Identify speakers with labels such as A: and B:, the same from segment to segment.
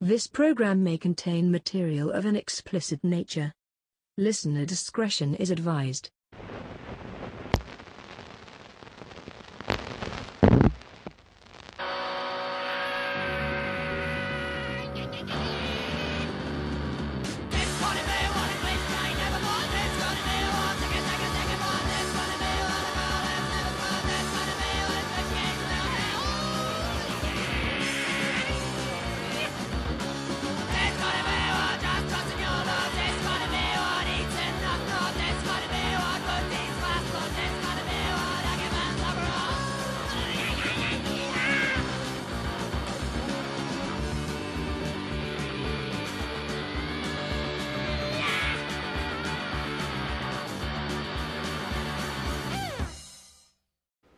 A: This program may contain material of an explicit nature. Listener discretion is advised.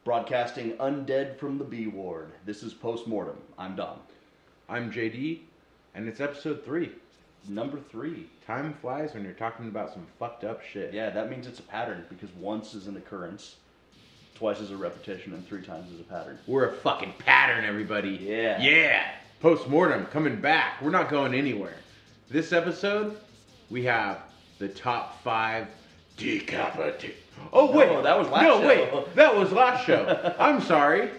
B: Broadcasting Undead from the B Ward. This is Postmortem. I'm Dom.
C: I'm JD, and it's episode three.
B: Number three.
C: Time flies when you're talking about some fucked up shit.
B: Yeah, that means it's a pattern because once is an occurrence, twice is a repetition, and three times is a pattern.
C: We're a fucking pattern, everybody.
B: Yeah.
C: Yeah. Post mortem coming back. We're not going anywhere. This episode, we have the top five decapitate. Oh wait,
B: No, that was last
C: no
B: show.
C: wait, that was last show. I'm sorry.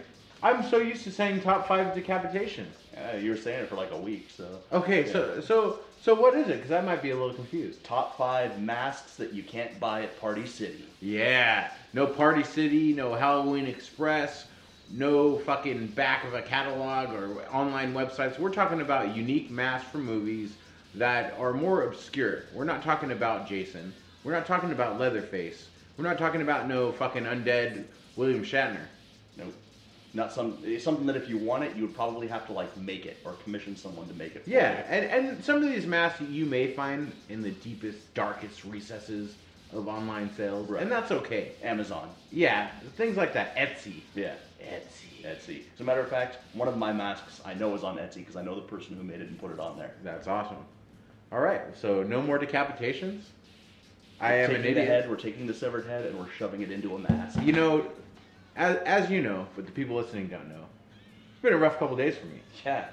C: I'm so used to saying top five decapitations.
B: Yeah, you were saying it for like a week, so.
C: Okay, so so so what is it? Because I might be a little confused.
B: Top five masks that you can't buy at Party City.
C: Yeah. No Party City, no Halloween Express, no fucking back of a catalog or online websites. We're talking about unique masks for movies that are more obscure. We're not talking about Jason. We're not talking about Leatherface. We're not talking about no fucking undead William Shatner.
B: No, not some. It's something that if you want it, you would probably have to like make it or commission someone to make it. For
C: Yeah,
B: you.
C: and, and some of these masks you may find in the deepest, darkest recesses of online sales.
B: Right.
C: And that's okay.
B: Amazon.
C: Yeah, things like that. Etsy.
B: Yeah.
C: Etsy.
B: Etsy. As a matter of fact, one of my masks I know is on Etsy because I know the person who made it and put it on there.
C: That's awesome. All right, so no more decapitations. I
B: We're
C: am an
B: taking The head,
C: idiot.
B: we're taking the severed head and we're shoving it into a mask.
C: You know, as, as you know, but the people listening don't know, it's been a rough couple days for me.
B: Yeah,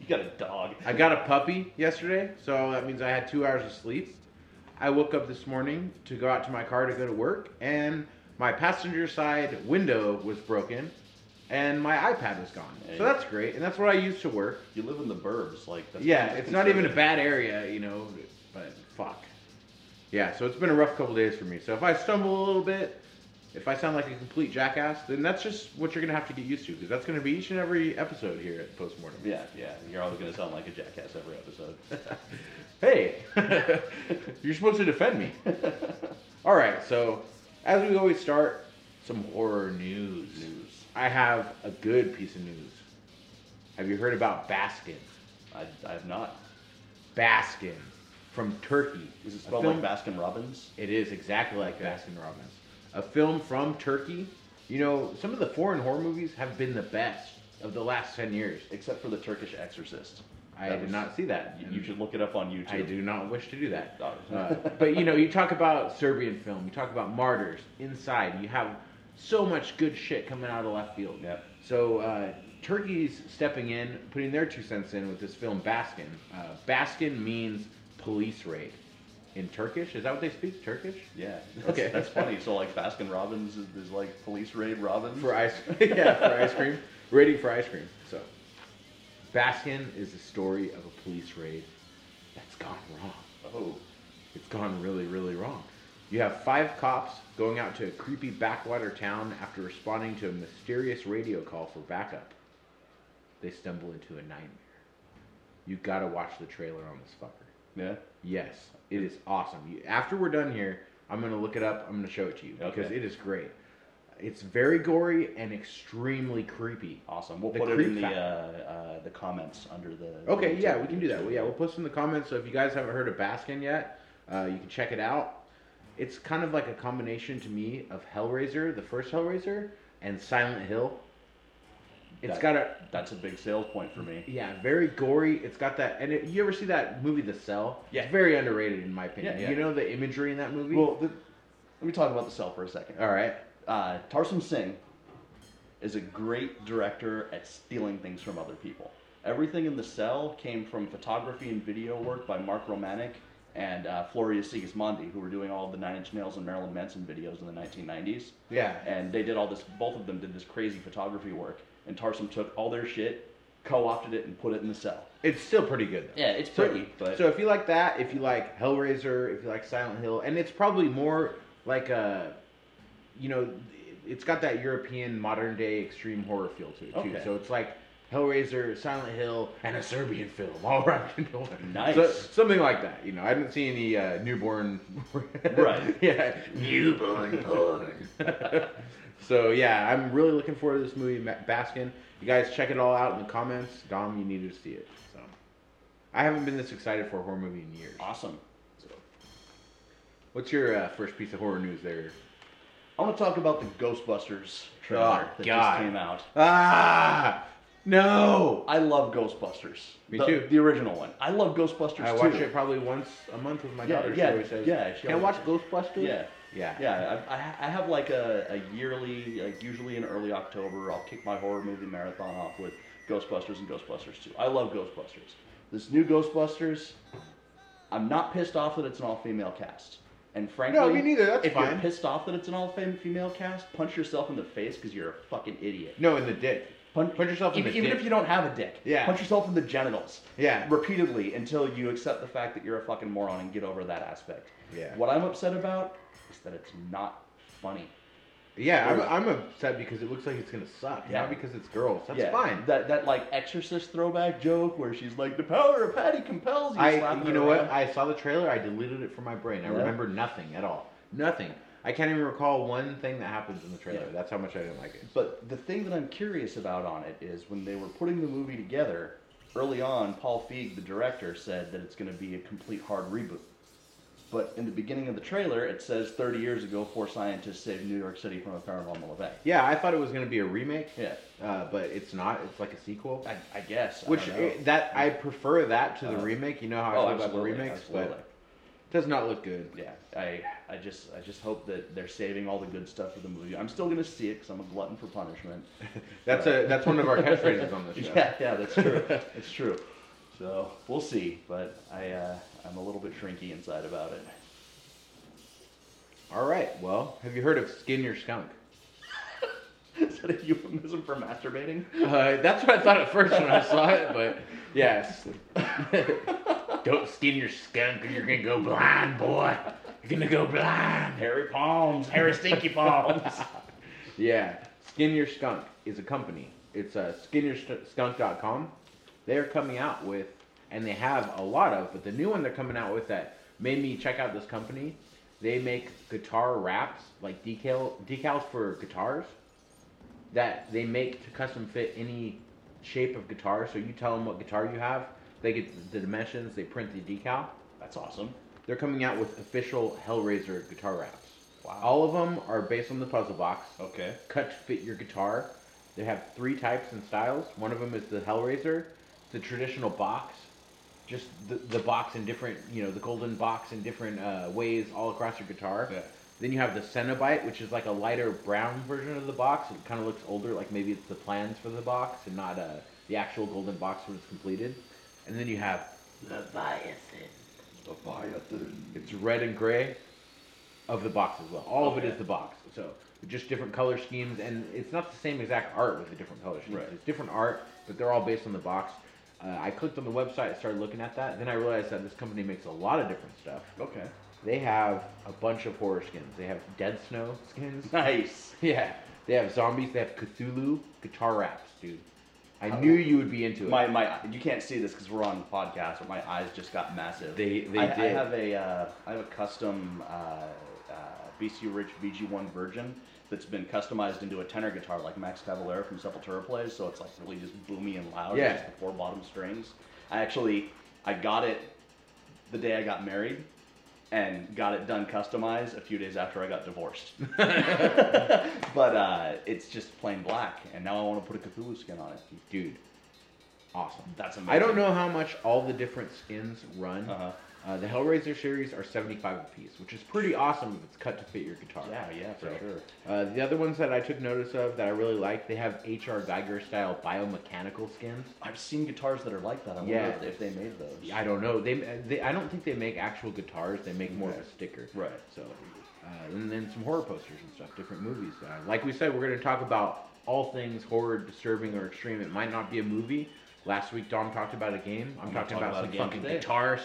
B: you got a dog.
C: I got a puppy yesterday, so that means I had two hours of sleep. I woke up this morning to go out to my car to go to work, and my passenger side window was broken, and my iPad was gone.
B: Hey.
C: So that's great, and that's what I used to work.
B: You live in the burbs, like that's
C: Yeah,
B: pretty
C: it's not even a
B: conservative.
C: bad area, you know, but fuck. Yeah, so it's been a rough couple days for me. So if I stumble a little bit, if I sound like a complete jackass, then that's just what you're gonna have to get used to, because that's gonna be each and every episode here at Postmortem.
B: Yeah, yeah. You're always gonna sound like a jackass every episode.
C: Hey, you're supposed to defend me. All right, so as we always start, some horror news.
B: News.
C: I have a good piece of news. Have you heard about Baskin?
B: I, I have not.
C: Baskin from Turkey.
B: Is
C: A
B: it spelled
C: film-
B: like Baskin Robbins?
C: It is exactly like Baskin Robbins. A film from Turkey. You know, some of the foreign horror movies have been the best of the last 10 years.
B: Except for the Turkish Exorcist.
C: I
B: That
C: did
B: was-
C: not see that.
B: You, you should look it up on YouTube.
C: I do not wish to do that.
B: Oh.
C: Uh, but you know, you talk about Serbian film, you talk about Martyrs, Inside, you have so much good shit coming out of left field.
B: Yep.
C: So uh, Turkey's stepping in, putting their two cents in with this film Baskin. Uh, Baskin means police raid in Turkish. Is that what they speak? Turkish?
B: Yeah. That's,
C: Okay.
B: That's funny. So like Baskin Robbins is, is like police raid Robbins.
C: for ice yeah for ice cream rating for ice cream so Baskin is the story of a police raid that's gone wrong.
B: Oh,
C: It's gone really, really wrong. You have five cops going out to a creepy backwater town after responding to a mysterious radio call for backup. They stumble into a nightmare. You gotta watch the trailer on this fucker.
B: yeah.
C: Yes, it is awesome. You, after we're done here, I'm gonna look it up. I'm gonna show it to you because
B: Okay.
C: it is great. It's very gory and extremely creepy.
B: Awesome. We'll
C: The
B: put it
C: creep
B: in the uh,
C: factor.
B: uh, the comments under the.
C: Okay,
B: the
C: yeah,
B: YouTube
C: we can do
B: video,
C: that.
B: too.
C: Well, yeah, we'll post in the comments. So if you guys haven't heard of Baskin yet, uh, you can check it out. It's kind of like a combination to me of Hellraiser, the first Hellraiser, and Silent Hill. It's
B: That-
C: got a
B: That's a big sales point for me.
C: yeah, very gory. It's got that, and it, you ever see that movie The Cell?
B: Yeah.
C: it's very underrated in my opinion.
B: Yeah, yeah.
C: You know the imagery in that movie.
B: Well, the, let me talk about the cell for a second.
C: all right.
B: Uh, Tarsum Singh is a great director at stealing things from other people. Everything in the cell came from photography and video work by Mark Romanek and uh, Floria Sigismondi, who were doing all the Nine Inch Nails and Marilyn Manson videos in the 1990s.
C: Yeah.
B: And they did all this, both of them did this crazy photography work. And Tarsum took all their shit, co opted it, and put it in the cell.
C: It's still pretty good. Though.
B: Yeah, it's
C: So-
B: pretty, but.
C: so if you like that, if you like Hellraiser, if you like Silent Hill, and it's probably more like a, you know, it's got that European modern day extreme horror feel to it too.
B: Okay.
C: So it's like Hellraiser, Silent Hill, and a Serbian film all wrapped into one.
B: Nice.
C: So, something like that. You know, I didn't see any uh, newborn.
B: Right.
C: yeah. Newborn porn. so yeah, I'm really looking forward to this movie, Ma- Baskin. You guys check it all out in the comments. Dom, you needed to see it. So I haven't been this excited for a horror movie in years.
B: awesome.
C: What's your uh, first piece of horror news there?
B: I want to talk about the Ghostbusters trailer
C: Oh,
B: that
C: God.
B: just came out.
C: Ah, no!
B: I love Ghostbusters.
C: Me
B: The-
C: too.
B: The original one. I love Ghostbusters
C: I
B: too.
C: watch it probably once a month with my
B: Yeah,
C: daughter.
B: yeah,
C: she always says,
B: yeah, she
C: Can I watch
B: always
C: Ghostbusters?
B: Yeah.
C: yeah,
B: Yeah, I, I ha- I have like a, a yearly, like usually in early October, I'll kick my horror movie marathon off with Ghostbusters and Ghostbusters 2. I love Ghostbusters. This new Ghostbusters, I'm not pissed off that it's an all female cast. And frankly,
C: me neither, that's
B: if
C: fine.
B: you're pissed off that it's an all female cast, punch yourself in the face because you're a fucking idiot.
C: No, in the dick.
B: Punch,
C: Punch yourself in
B: even,
C: the
B: even
C: dick.
B: if you don't have a dick.
C: Yeah.
B: Punch yourself in the genitals.
C: Yeah.
B: Repeatedly until you accept the fact that you're a fucking moron and get over that aspect.
C: Yeah.
B: What I'm upset about is that it's not funny.
C: Yeah, I'm, I'm upset because it looks like it's gonna suck,
B: Yeah.
C: not because it's girls. That's
B: yeah.
C: fine.
B: That that like Exorcist throwback joke where she's like, "The power of Patty compels you."
C: I,
B: slapping
C: you
B: her
C: know what?
B: around.
C: I saw the trailer. I deleted it from my brain. I
B: Yeah.
C: remember nothing at all. Nothing. I can't even recall one thing that happens in the trailer.
B: Yeah.
C: That's how much I didn't like it.
B: But the thing that I'm curious about on it is when they were putting the movie together, early on, Paul Feig, the director, said that it's going to be a complete hard reboot. But in the beginning of the trailer, it says 30 years ago, four scientists saved New York City from a paranormal event.
C: Yeah, I thought it was gonna be a remake.
B: Yeah.
C: uh, but it's not. It's like a sequel.
B: I, I guess. I
C: Which
B: don't know.
C: eh, that I prefer that to the remake. You know how I
B: Oh,
C: feel about the
B: absolutely,
C: remakes,
B: absolutely.
C: but it does not look good.
B: yeah, I, I just I just hope that they're saving all the good stuff for the movie. I'm still gonna see it because I'm a glutton for punishment.
C: That's a that's one of our catchphrases on the show.
B: yeah, yeah, that's true. that's true. So we'll see, but I uh, I'm a little bit shrinky inside about it.
C: All right. Well, have you heard of skin your skunk?
B: Is that a euphemism for masturbating?
C: Uh, that's what I thought at first when I saw it, but yes. Don't skin your skunk or you're gonna go blind, boy. You're gonna go blind.
B: Harry Palms, Harry Stinky Palms.
C: Yeah, Skin Your Skunk is a company. It's uh, skinyourskunk.com. They're coming out with, and they have a lot of, but the new one they're coming out with that made me check out this company. They make guitar wraps, like decal decals for guitars, that they make to custom fit any shape of guitar. So you tell them what guitar you have, they get the dimensions, they print the decal.
B: that's awesome.
C: They're coming out with official Hellraiser guitar wraps. All of them are based on the puzzle box
B: Okay.
C: cut to fit your guitar. They have three types and styles. One of them is the Hellraiser, the traditional box, just the, the box in different, you know, the golden box in different uh, ways all across your guitar.
B: Yeah.
C: Then you have the Cenobite, which is like a lighter brown version of the box. It kind of looks older, like maybe it's the plans for the box and not uh, the actual golden box when it's completed. And then you have Leviathan. Leviathan. It's red and gray of the box as well. All of it is the box. So just different color schemes, and it's not the same exact art with the different color schemes.
B: Right.
C: It's different art, but they're all based on the box. Uh, I clicked on the website, and started looking at that, then I realized that this company makes a lot of different stuff.
B: Okay.
C: They have a bunch of horror skins. They have Dead Snow skins.
B: Nice.
C: yeah. They have zombies. They have Cthulhu guitar raps, dude. I knew you would be into it.
B: My my, you can't see this because we're on the podcast, but my eyes just got massive.
C: They- they
B: I, I
C: did.
B: have a uh, I have a custom uh, uh, BC Rich VG1 Virgin that's been customized into a tenor guitar like Max Cavalera from Sepultura plays, so it's like really just boomy and loud.
C: Yeah.
B: Just the four bottom strings. I actually I got it the day I got married. And got it done customized a few days after I got divorced. but uh, it's just plain black, and now I want to put a Cthulhu skin on it.
C: dude, awesome.
B: That's amazing.
C: I don't know how much all the different skins run.
B: Uh-huh.
C: Uh, the Hellraiser series are 75 apiece, which is pretty awesome if it's cut to fit your guitar.
B: Yeah, yeah, for sure.
C: Uh, the other ones that I took notice of that I really like, they have H.R. Geiger style biomechanical skins.
B: I've seen guitars that are like that. I wonder
C: Yeah.
B: if, if they made those.
C: I don't know. They, they I don't think they make actual guitars. They make more of a sticker.
B: Right.
C: So, uh, and then some horror posters and stuff, different movies. Uh, like we said, we're going to talk about all things horror, disturbing, or extreme. It might not be a movie. Last week, Dom talked about a game. I'm,
B: gonna
C: talking
B: talk
C: about,
B: about a
C: some
B: game
C: fucking
B: today.
C: guitar,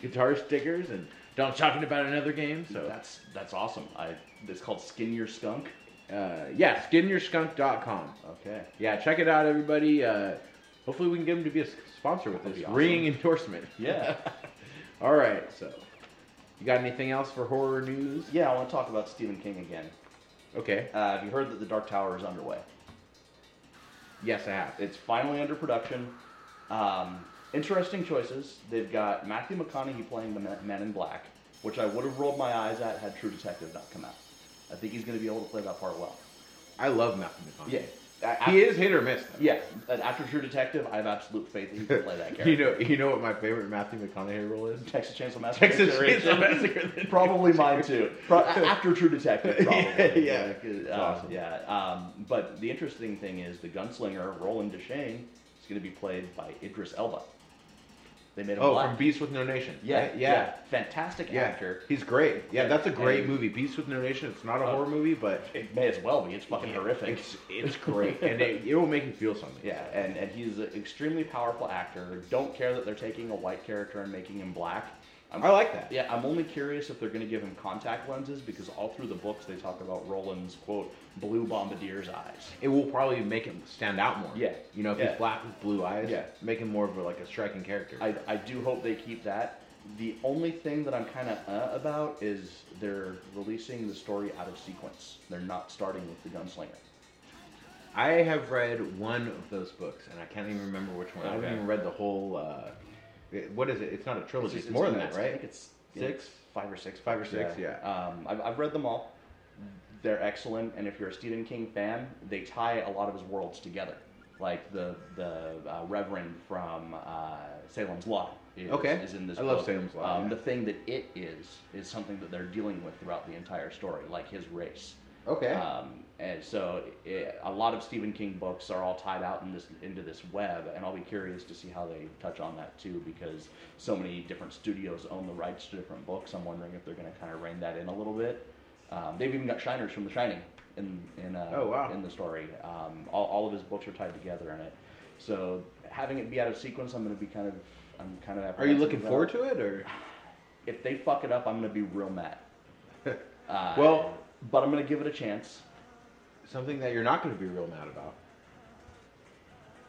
C: guitar stickers, and Dom's talking about another game. So
B: that's that's awesome. I it's called Skin Your Skunk.
C: uh, yeah, skinyourskunk.com.
B: Okay.
C: Yeah, check it out, everybody. Uh, hopefully, we can get him to be a s- sponsor with this
B: be awesome.
C: ringing endorsement.
B: Yeah.
C: All right, so you got anything else for horror news?
B: yeah, I want to talk about Stephen King again.
C: Okay.
B: Uh, have you heard that The Dark Tower is underway?
C: Yes, I have.
B: It's finally under production. Um, interesting choices. They've got Matthew McConaughey playing the Ma- Man in Black, which I would have rolled my eyes at had True Detective not come out. I think he's going to be able to play that part well.
C: I love Matthew McConaughey. Uh,
B: Yeah. I- I-
C: He is hit or miss. Though.
B: Yeah. and After True Detective, I have absolute faith that he can play that character.
C: You know, you know what my favorite Matthew McConaughey role is?
B: Texas Chainsaw Massacre.
C: Texas
B: Generation.
C: Chainsaw Massacre.
B: Probably mine too. Pro- after True Detective, probably.
C: Yeah,
B: yeah.
C: yeah.
B: Uh,
C: Awesome.
B: yeah. Um, but the interesting thing is the gunslinger Roland Deschain is going to be played by Idris Elba. They made him
C: Oh,
B: black.
C: from Beast with No Nation.
B: yeah,
C: right? yeah,
B: fantastic
C: yeah.
B: actor.
C: He's great. Yeah, that's a great
B: And-
C: movie. Beast with No Nation. It's not a horror movie, but
B: It may as well be. It's fucking horrific.
C: it's it's great, and it, it will make you feel something.
B: yeah, and, and he's an extremely powerful actor. Don't care that they're taking a white character and making him black. I'm,
C: I like that.
B: Yeah, I'm only curious if they're going to give him contact lenses because all through the books they talk about Roland's quote blue bombardier's eyes.
C: It will probably make him stand out more.
B: Yeah.
C: You know, if
B: Yeah.
C: he's black with blue eyes,
B: Yeah.
C: make him more of a, like a striking character.
B: I, I do hope they keep that. The only thing that I'm kind of uh about is they're releasing the story out of sequence. They're not starting with the gunslinger.
C: I have read one of those books, and I can't even remember which one. I
B: Okay.
C: haven't even read the whole. Uh, it- what is it? It's not a trilogy. It's,
B: It's- it's-
C: more than
B: it's-
C: that, right?
B: I think it's
C: Six?
B: yeah, five or six,
C: Five or six, yeah.
B: Um, I've, I've read them all. They're excellent, and if you're a Stephen King fan, they tie a lot of his worlds together. Like the the uh, Reverend from uh, Salem's Lot is,
C: Okay.
B: is in this.
C: I love
B: book.
C: Salem's Lot,
B: Um,
C: yeah.
B: The thing that it is is something that they're dealing with throughout the entire story, like his race.
C: Okay.
B: Um, and so it, a lot of Stephen King books are all tied out in this into this web, and I'll be curious to see how they touch on that too, because so many different studios own the rights to different books. I'm wondering if they're going to kind of rein that in a little bit. Um, they've even got Shiners from The Shining in in uh,
C: Oh, wow.
B: in the story. Um, all, all of his books are tied together in it. So having it be out of sequence, I'm going to be kind of I'm kind of
C: Are you looking forward to it, or?
B: If they fuck it up, I'm going to be real mad. Uh,
C: Well-
B: but I'm going to give it a chance.
C: something that you're not going to be real mad about.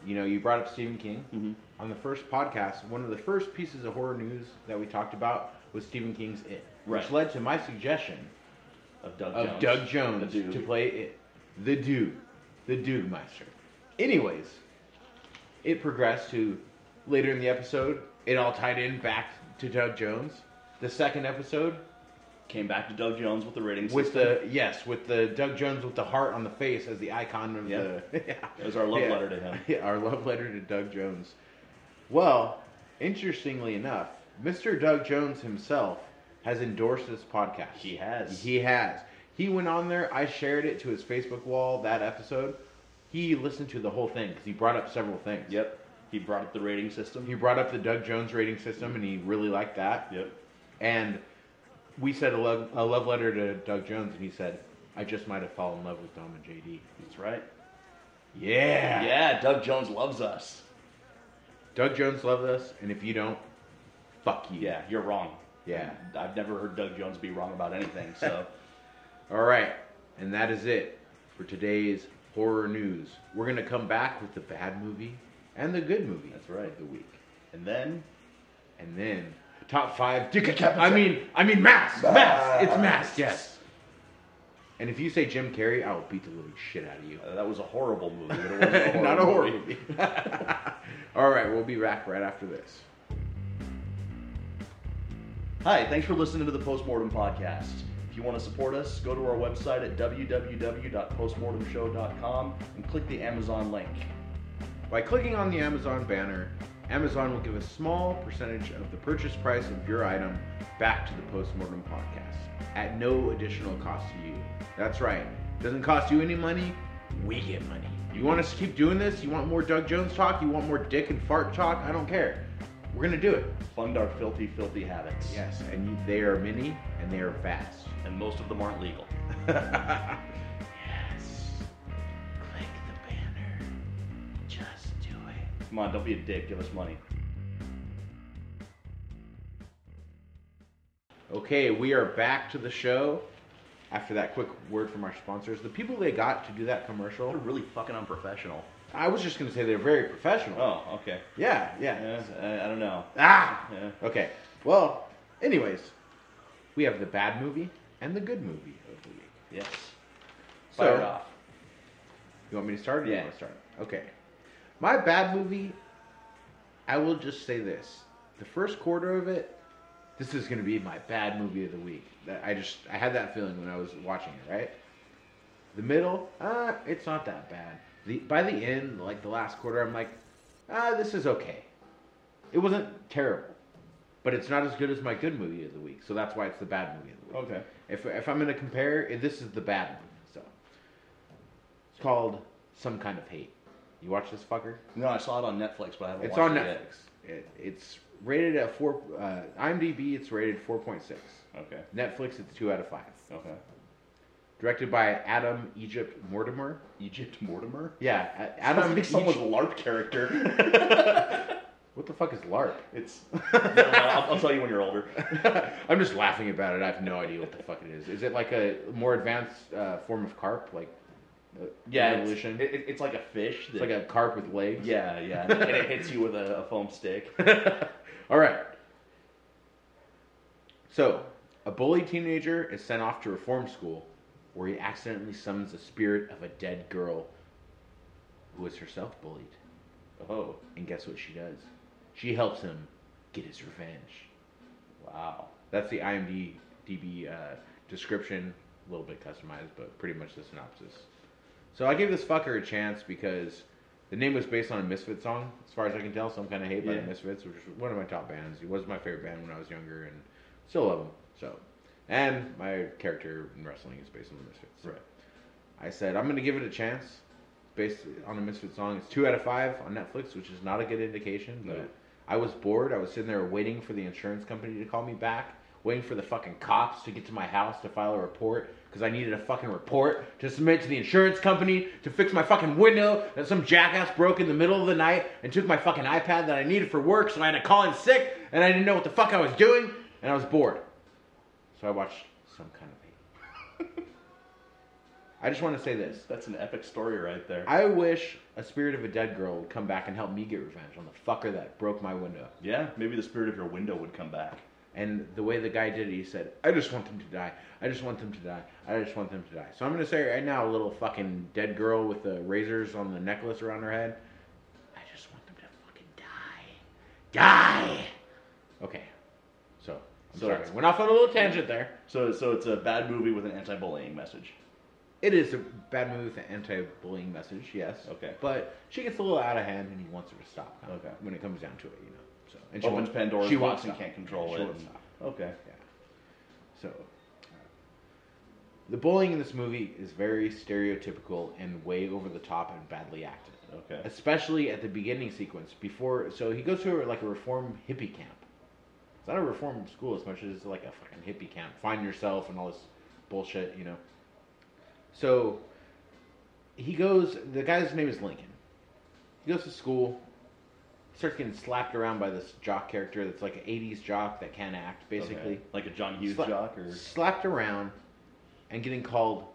C: You know, you brought up Stephen King
B: Mm-hmm.
C: on the first podcast. One of the first pieces of horror news that we talked about was Stephen King's It,
B: Right.
C: which led to my suggestion
B: of Doug
C: of
B: Jones.
C: Doug
B: The
C: Jones
B: dude.
C: to play It, the dude, the dude meister. Anyways, it progressed to later in the episode. It all tied in back to Doug Jones. The second episode,
B: Came back to Doug Jones with the ratings
C: with
B: system.
C: the yes, with the Doug Jones with the heart on the face as the icon of
B: Yeah.
C: the. Yeah.
B: It was our love letter to him.
C: Yeah, our love letter to Doug Jones. Well, interestingly enough, Mr. Doug Jones himself has endorsed this podcast.
B: He has.
C: He has. He went on there. I shared it to his Facebook wall that episode. He listened to the whole thing because he brought up several things.
B: Yep. He brought up the rating system.
C: He brought up the Doug Jones rating system, and he really liked that.
B: Yep.
C: And we said a love, a love letter to Doug Jones, and he said, I just might have fallen in love with Dom and JD.
B: That's right.
C: Yeah.
B: Yeah, Doug Jones loves us. Doug Jones loved this, and if you don't, fuck you.
C: Yeah, you're wrong.
B: Yeah.
C: I've never heard Doug Jones be wrong about anything. So
B: All right, and that is it for today's horror news. We're gonna come back with the bad movie and the good movie.
C: That's right.
B: Of the week,
C: and then
B: and then top five. Deca- I mean, I mean, mass, mass. It's mass. Yes. And if you say Jim Carrey, I will beat the living shit out of you.
C: uh, that was a horrible movie. But it wasn't a horror
B: Not a horror
C: movie.
B: movie. All right, we'll be back right after this.
C: Hi, thanks for listening to the Postmortem Podcast. If you want to support us, go to our website at www.postmortemshow.com and click the Amazon link.
B: By clicking on the Amazon banner, Amazon will give a small percentage of the purchase price of your item back to the Postmortem Podcast at no additional cost to you. That's right. doesn't cost you any money, we get money. You want us to keep doing this? You want more Doug Jones talk? You want more dick and fart talk? I don't care. We're going to do it.
C: Fund our filthy, filthy habits.
B: Yes, and you, they are many and they are fast.
C: And most of them aren't legal.
B: Yes. Click the banner. Just do it.
C: Come on, don't be a dick. Give us money.
B: Okay, we are back to the show. After that quick word from our sponsors, the people they got to do that
C: They're
B: commercial,
C: really fucking unprofessional.
B: I was just gonna say they're very professional.
C: Oh, okay.
B: Yeah, yeah.
C: Yeah, I, I don't know.
B: Ah!
C: Yeah.
B: Okay, well, anyways, we have the bad movie and the good movie of the week.
C: Yes.
B: So-
C: Fire it off.
B: You want me to start? Or you
C: Yeah.
B: want to start? Okay. My bad movie. I will just say this: the first quarter of it, this is going to be my bad movie of the week. That I just I had that feeling when I was watching it. Right. The middle, uh, it's not that bad. The by the end, like the last quarter, I'm like, ah, this is okay. It wasn't terrible, but it's not as good as my good movie of the week. So that's why it's the bad movie of the week.
C: Okay.
B: If if I'm going to compare, eh, this is the bad movie. So. It's called Some Kind of Hate. You watch this fucker?
C: No, I saw it on Netflix, but I haven't
B: It's
C: watched
B: on
C: it
B: Netflix. It, it's rated at four. Uh, IMDb. It's rated four point six.
C: yet. Okay.
B: Netflix. It's two out of five.
C: Okay.
B: Directed by Adam Egypt Mortimer.
C: Egypt Mortimer?
B: Yeah, A-
C: I
B: Adam.
C: think someone's
B: Egypt-
C: LARP character.
B: what the fuck is LARP?
C: it's. I'll, I'll tell you when you're older.
B: I'm just laughing about it. I have no idea what the fuck it is. Is it like a more advanced uh, form of carp, like uh,
C: Yeah, it's,
B: evolution?
C: it- it- it's like a fish.
B: it's
C: that-
B: like a carp with legs.
C: Yeah, yeah, and it hits you with a, a foam stick.
B: All right. So, a bullied teenager is sent off to reform school where he accidentally summons the spirit of a dead girl who was herself bullied.
C: Oh,
B: And guess what she does? She helps him get his revenge.
C: wow.
B: That's the IMDb uh, description, a little bit customized, but pretty much the synopsis. So I gave this fucker a chance because the name was based on a Misfit song, as far as I can tell. Some kind of hate by the
C: Yeah.
B: Misfits, which was one of my top bands. He was my favorite band when I was younger, and still love him. So, and my character in wrestling is based on the Misfits.
C: Right.
B: I said I'm gonna give it a chance, based on a Misfit song. It's two out of five on Netflix, which is not a good indication. But
C: No.
B: I was bored. I was sitting there waiting for the insurance company to call me back, waiting for the fucking cops to get to my house to file a report because I needed a fucking report to submit to the insurance company to fix my fucking window that some jackass broke in the middle of the night and took my fucking iPad that I needed for work, so I had to call in sick and I didn't know what the fuck I was doing and I was bored. So I watched some kind of hate. I just want to say this.
C: That's an epic story right there.
B: I wish a spirit of a dead girl would come back and help me get revenge on the fucker that broke my window.
C: yeah, maybe the spirit of your window would come back.
B: And the way the guy did it, he said, I just want them to die. I just want them to die. I just want them to die. So I'm going to say right now, a little fucking dead girl with the razors on the necklace around her head, I just want them to fucking die. Die! Okay. So, I'm
C: So
B: sorry.
C: it's-
B: Went off on a little tangent there.
C: So, so it's a bad movie with an anti-bullying message.
B: It is a bad move, an anti-bullying message, yes.
C: Okay.
B: But she gets a little out of hand, and he wants her to stop. now,
C: Okay.
B: When it comes down to it, you know. So and
C: Opens
B: won't-
C: Pandora's
B: she won't
C: box and
B: stop.
C: can't control
B: she
C: it.
B: won't
C: and-
B: stop.
C: Okay.
B: Yeah. So, uh, the bullying in this movie is very stereotypical and way over the top and badly acted.
C: Okay.
B: Especially at the beginning sequence before. So he goes to like a reform hippie camp. It's not a reform school as much as like a fucking hippie camp. Find yourself and all this bullshit, you know. So he goes. The guy's name is Lincoln. He goes to school. starts getting slapped around by this jock character that's like an 80s jock that can act, basically.
C: Okay. Like a John Hughes
B: Sla-
C: jock or
B: slapped around and getting called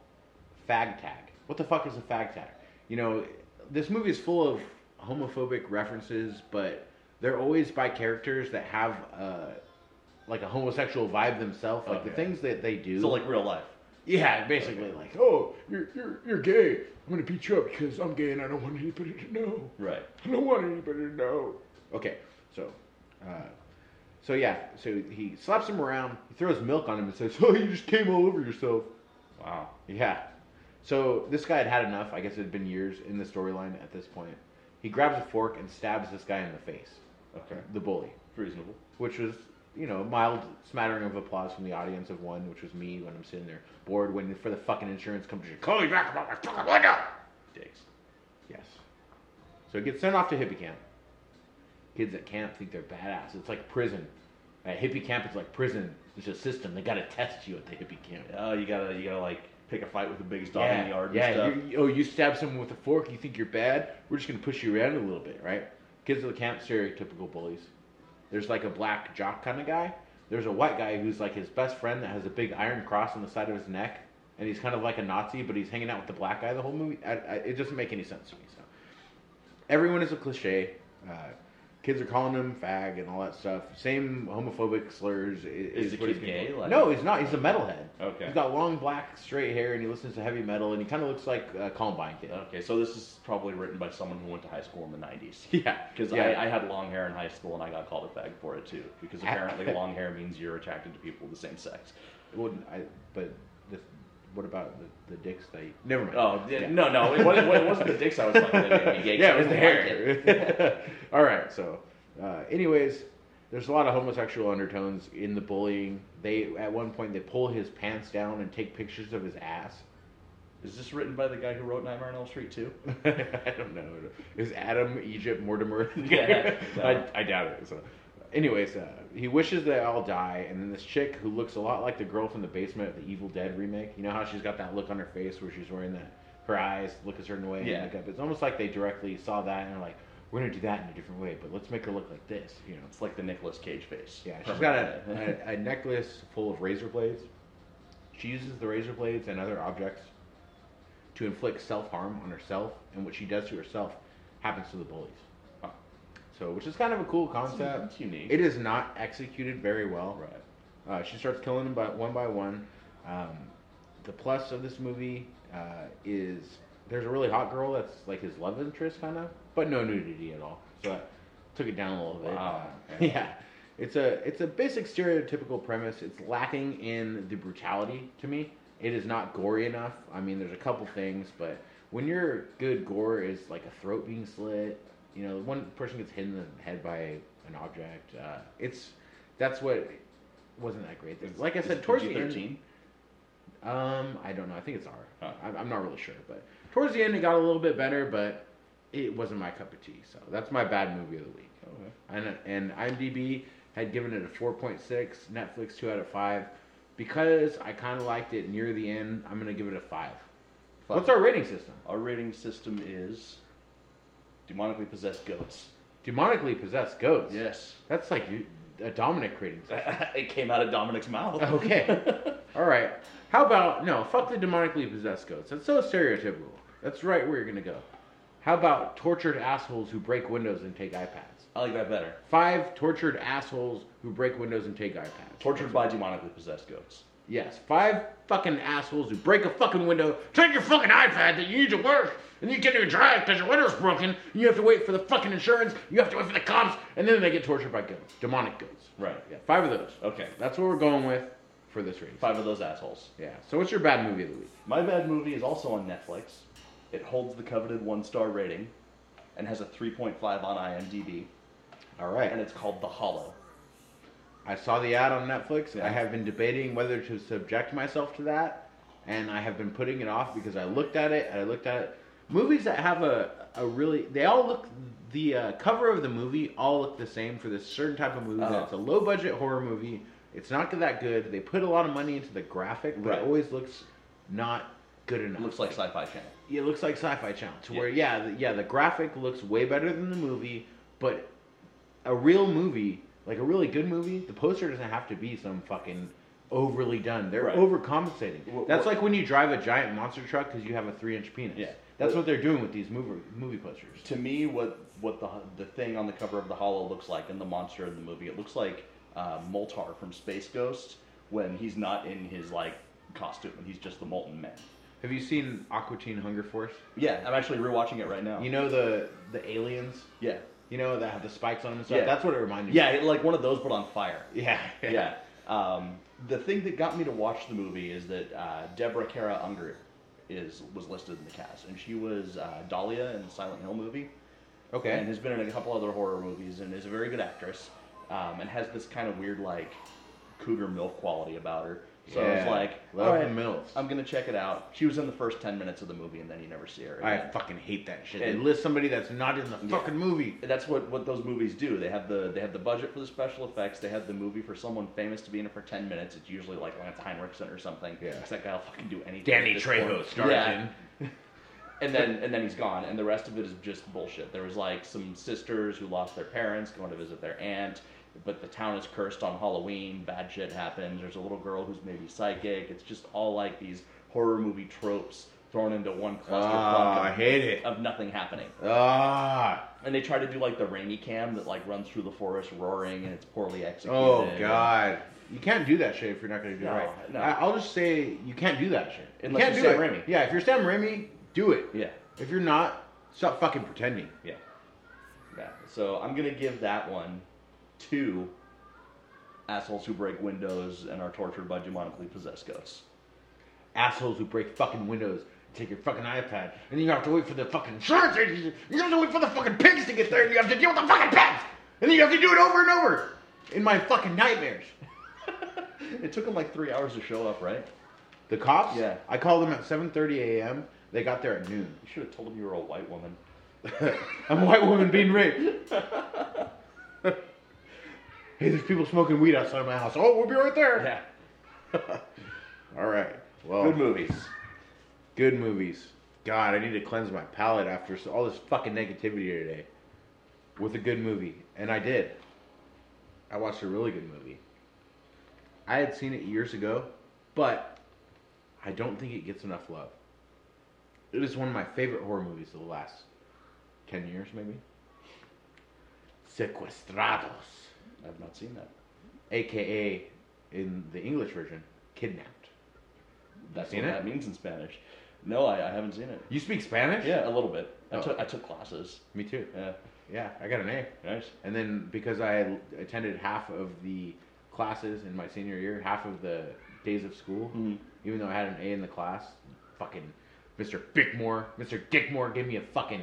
B: fag tag. What the fuck is a fag tag? You know, this movie is full of homophobic references, but they're always by characters that have uh, like a homosexual vibe themselves. Like the
C: Okay.
B: things that they do.
C: so like real life.
B: yeah, basically like, oh, you're you're you're gay. I'm gonna beat you up because I'm gay and I don't want anybody to know.
C: Right.
B: I don't want anybody to know. Okay, so, uh, so yeah, so he slaps him around. He throws milk on him and says, "Oh, you just came all over yourself." Wow. Yeah. So this guy had had enough. I guess it had been years in the storyline at this point. He grabs a fork and stabs this guy in the face,
C: Okay.
B: the bully,
C: Reasonable.
B: which was you know a mild smattering of applause from the audience of one, which was me when I'm sitting there bored, waiting for the fucking insurance company to call me back about my fucking window.
C: Dicks.
B: Yes. So it gets sent off to hippie camp. Kids at camp think they're badass. It's like prison. At hippie camp, it's like prison. It's a system. They gotta test you at the hippie camp.
C: Oh, you gotta you gotta like pick a fight with the biggest dog in the yard
B: yeah.
C: and stuff.
B: you- you- oh, you stab someone with a fork. You think you're bad? We're just gonna push you around a little bit, right? Kids at the camp, stereotypical bullies. There's like a black jock kind of guy. There's a white guy who's like his best friend that has a big iron cross on the side of his neck, and he's kind of like a Nazi, but he's hanging out with the black guy the whole movie. I, I, it doesn't make any sense to me. So everyone is a cliche. Uh, kids are calling him fag and all that stuff. Same homophobic slurs. i- Is,
C: the
B: what
C: kid
B: he's being
C: gay?
B: called.
C: Like-
B: no, he's not. He's a metalhead.
C: Okay.
B: He's got long black straight hair and he listens to heavy metal and he kind of looks like a Columbine kid.
C: Okay, so this is probably written by someone who went to high school in the nineties.
B: Yeah,
C: Because
B: yeah.
C: I, I had long hair in high school and I got called a fag for it too. Because apparently long hair means you're attracted to people of the same sex.
B: Well, I, but the, what about the, the dicks that? You, never mind.
C: Oh yeah, no, no, it wasn't, it wasn't the dicks I was like.
B: yeah, it was the hair. All right, so, uh, anyways, there's a lot of homosexual undertones in the bullying. They at one point they pull his pants down and take pictures of his ass.
C: Is this written by the guy who wrote Nightmare on Elm Street too?
B: I don't know. Is Adam Egypt Mortimer?
C: Yeah, no.
B: I, I doubt it. So, anyways, uh, he wishes they all die, and then this chick who looks a lot like the girl from the basement of the Evil Dead remake. You know how she's got that look on her face where she's wearing that her eyes look a certain way.
C: Yeah.
B: And makeup. It's almost like they directly saw that and are like, we're gonna do that in a different way, but let's make her look like this. You know.
C: It's like the Nicolas Cage face.
B: Yeah, she's got a, a, a necklace full of razor blades. She uses the razor blades and other objects to inflict self harm on herself, and what she does to herself happens to the bullies. So, which is kind of a cool concept.
C: that's unique.
B: It is not executed very well.
C: Right.
B: Uh, she starts killing them by one by one. Um, the plus of this movie uh, is there's a really hot girl that's like his love interest, kind of, but no nudity at all. So that took it down a little bit.
C: Wow.
B: Uh, yeah. It's a it's a basic stereotypical premise. It's lacking in the brutality to me. It is not gory enough. I mean, there's a couple things, but when your good gore is like a throat being slit, you know, one person gets hit in the head by an object. Uh, it's that's what wasn't that great. like I
C: Is
B: said,
C: it
B: towards the end,
C: PG-13?
B: um, I don't know. I think it's R.
C: Huh.
B: I'm, I'm not really sure, but towards the end it got a little bit better, but it wasn't my cup of tea. So that's my bad movie of the week.
C: Oh, Okay.
B: And and IMDb had given it a 4.6, Netflix two out of five. Because I kind of liked it near the end, I'm gonna give it a five. What's our rating system?
C: Our rating system is demonically possessed goats.
B: Demonically possessed goats.
C: Yes.
B: That's like you- a Dominic rating system.
C: it came out of Dominic's mouth.
B: Okay. All right. How about no? Fuck the demonically possessed goats. That's so stereotypical. That's right where you're gonna go. How about tortured assholes who break windows and take iPads?
C: I like that better.
B: Five tortured assholes who break windows and take iPads.
C: Tortured by demonically possessed goats.
B: Yes, five fucking assholes who break a fucking window, take your fucking iPad that you need to work, and you can't even drive because your window's broken. And you have to wait for the fucking insurance. You have to wait for the cops, and then they get tortured by goats, demonic goats.
C: Right.
B: Yeah, five of those.
C: Okay.
B: That's what we're going with for this rating.
C: Five of those assholes.
B: Yeah. So what's your bad movie of the week?
C: My Bad Movie is also on Netflix. It holds the coveted one star rating and has a 3.5 on IMDb.
B: All
C: And
B: right.
C: it's called The Hollow.
B: I saw the ad on Netflix.
C: Yeah.
B: I have been debating whether to subject myself to that, and I have been putting it off because I looked at it and I looked at it. Movies that have a, a really they all look the uh, cover of the movie all look the same for this certain type of movie.
C: Oh.
B: That's a low budget horror movie. It's not that good. They put a lot of money into the graphic, but
C: Right.
B: it always looks not good enough.
C: It looks like Sci Fi Channel.
B: Yeah, it looks like Sci-Fi Channel. To where, yeah, the, yeah, the graphic looks way better than the movie, but a real movie, like a really good movie, the poster doesn't have to be some fucking overly done. They're
C: Right.
B: overcompensating.
C: Wh-
B: That's
C: wh-
B: like when you drive a giant monster truck because you have a three-inch penis.
C: Yeah.
B: That's what they're doing with these movie movie posters.
C: to me what what the the thing on the cover of the hollow looks like and the monster in the movie it looks like uh, moltar from space ghost when he's not in his like costume and he's just the molten man
B: Have you seen Aqua Teen Hunger Force?
C: yeah i'm actually rewatching it right now
B: You know the the aliens.
C: yeah
B: You know that have the spikes on them and stuff.
C: Yeah.
B: That's what it reminded me.
C: yeah it- like one of those but on fire
B: Yeah.
C: yeah um, the thing that got me to watch the movie is that uh, deborah kara unger is was listed in the cast and she was uh, dahlia in the silent hill movie
B: Okay.
C: and has been in a couple other horror movies and is a very good actress um, and has this kind of weird like cougar milf quality about her so I was
B: Yeah.
C: like
B: Love
C: all right,
B: the MILFs.
C: i'm gonna check it out she was in the first 10 minutes of the movie and then you never see her
B: I
C: again.
B: fucking hate that shit. They
C: And-
B: list somebody that's not in the fucking movie.
C: that's what, what those movies do they have the they have the budget for the special effects they have the movie for someone famous to be in it for 10 minutes it's usually like lance heinrichsen or something
B: Yeah.
C: 'cause that guy will fucking do anything
B: Danny
C: at this point.
B: Trejo stars
C: Yeah.
B: in.
C: and then and then he's gone and the rest of it is just bullshit there was like some sisters who lost their parents going to visit their aunt but the town is cursed on halloween bad shit happens there's a little girl who's maybe psychic it's just all like these horror movie tropes thrown into one cluster
B: Ah, I hate it.
C: of nothing happening
B: Ah,
C: and they try to do like the rainy cam that like runs through the forest roaring and it's poorly executed
B: oh god, you can't do that shit if you're not gonna do
C: No,
B: it right.
C: no.
B: I, I'll just say you can't do that shit.
C: Unless
B: you can't
C: you're
B: do
C: Sam
B: it.
C: Raimi.
B: Yeah, if you're Sam Raimi, do it.
C: Yeah.
B: If you're not, stop fucking pretending.
C: yeah yeah so i'm gonna give that one two assholes who break windows and are tortured by demonically possessed ghosts
B: Assholes who break fucking windows, take your fucking iPad, and you have to wait for the fucking insurance agency. You have to wait for the fucking pigs to get there, and you have to deal with the fucking pigs, and then you have to do it over and over. In my fucking nightmares.
C: It took them like three hours to show up, right?
B: The cops.
C: Yeah.
B: I called them at 7:30 a.m. They got there at noon.
C: You should have told them you were a white woman.
B: I'm a white woman being raped. hey, there's people smoking weed outside my house. Oh, we'll be right there. All right. Well,
C: Good movies.
B: Good movies. God, I need to cleanse my palate after s- all this fucking negativity today with a good movie. And I did. I watched a really good movie. I had seen it years ago, but I don't think it gets enough love. It is one of my favorite horror movies of the last 10 years, maybe. Sequestrados
C: I've not seen that.
B: aka in the English version, kidnapped.
C: That's
B: Seen
C: what
B: it?
C: that means in Spanish. No, I, I haven't seen it.
B: You speak Spanish?
C: Yeah, a little bit. I,
B: Oh.
C: took, I took classes.
B: Me too.
C: Yeah,
B: Yeah, I got an A.
C: nice.
B: And then because I attended half of the classes in my senior year, half of the days of school,
C: Mm-hmm.
B: even though I had an A in the class, fucking Mr. Bickmore, Mr. Dickmore gave me a fucking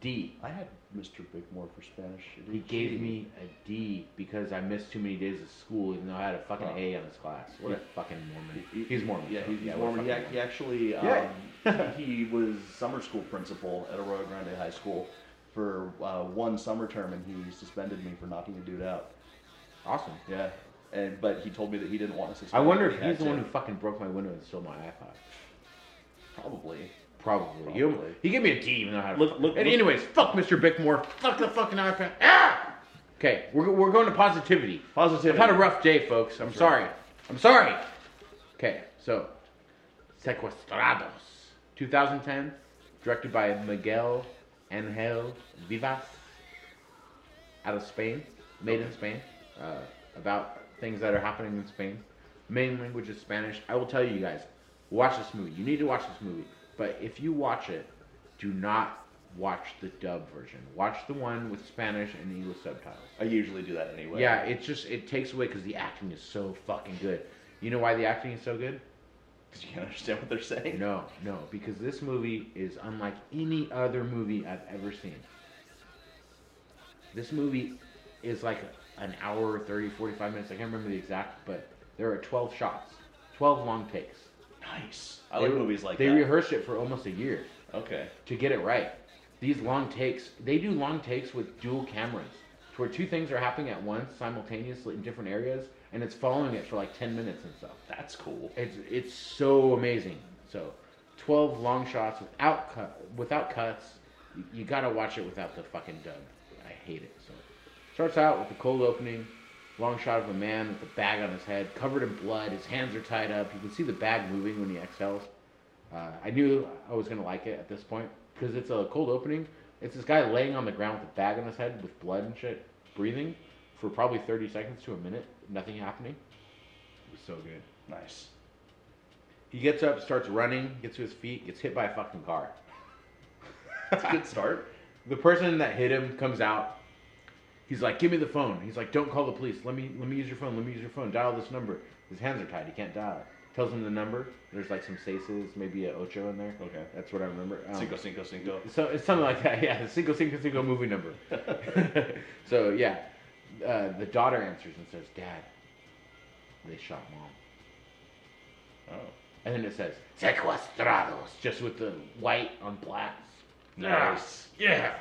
B: D.
C: I had Mr. Bigmore for Spanish. It
B: He
C: was
B: gave
C: cheating.
B: me a D because I missed too many days of school, even though I had a fucking A on his class. What a fucking
C: He-
B: Mormon. He's Mormon.
C: Yeah,
B: so
C: he's, he's
B: we're
C: Mormon. He,
B: fucking
C: ac- he actually um,
B: Yeah.
C: he was summer school principal at Arroyo Grande High School for uh, one summer term, and he suspended me for knocking a dude out.
B: Awesome.
C: Yeah, and but he told me that he didn't want to
B: I
C: suspend. me,
B: wonder
C: but
B: if
C: he
B: he's
C: had
B: the one
C: to.
B: who fucking broke my window and stole my iPod.
C: probably.
B: Probably. You- He, gave me a D even though I had a
C: Look-
B: fucking-
C: look-
B: And
C: look-
B: anyways, fuck Mr. Bickmore. Fuck the fucking iPad. Ah! Okay, we're, go- we're going to positivity.
C: Positivity.
B: I've had a rough day, folks. I'm sorry. I'm sorry. Okay, so Sequestrados, 2010, directed by Miguel Angel Vivas, out of Spain, made in Spain, uh, about things that are happening in Spain. Main language is Spanish. I will tell you guys, watch this movie. You need to watch this movie. But if you watch it, do not watch the dub version. Watch the one with Spanish and English subtitles.
C: I usually do that anyway.
B: Yeah, it's just it takes away because the acting is so fucking good. You know why the acting is so good?
C: because you can't understand what they're saying.
B: No, no, because this movie is unlike any other movie I've ever seen. This movie is like an hour, 30, 45 minutes. I can't remember the exact, but there are 12 shots, 12 long takes.
C: Nice. I like
B: They-
C: movies like
B: They
C: that.
B: rehearsed it for almost a year
C: okay.
B: to get it right. These long takes, they do long takes with dual cameras, to where two things are happening at once simultaneously in different areas, and it's following it for like 10 minutes and stuff.
C: That's cool.
B: It's it's so amazing. So, twelve long shots without cut, without cuts. You, you gotta watch it without the fucking dub. I hate it. So, Starts out with a cold opening, long shot of a man with a bag on his head, covered in blood. His hands are tied up. You can see the bag moving when he exhales. Uh, I knew I was gonna like it at this point because it's a cold opening. It's this guy laying on the ground with a bag on his head with blood and shit, breathing for probably 30 seconds to a minute, nothing happening. It was so good.
C: Nice.
B: He gets up, starts running, gets to his feet, gets hit by a fucking car.
C: That's a good start.
B: The person that hit him comes out. He's like, "Give me the phone." He's like, "Don't call the police. Let me let me use your phone. Let me use your phone. Dial this number." His hands are tied. He can't dial. it. Tells him the number. There's like some seises, maybe a ocho in there.
C: Okay.
B: that's what I remember. Um,
C: Cinco, cinco, cinco.
B: so it's something like that. Yeah, the single single single movie number. so yeah, uh, the daughter answers and says, "Dad, they shot mom."
C: Oh.
B: And then it says sequestrados, just with the white on black.
C: Nice.
B: Yeah.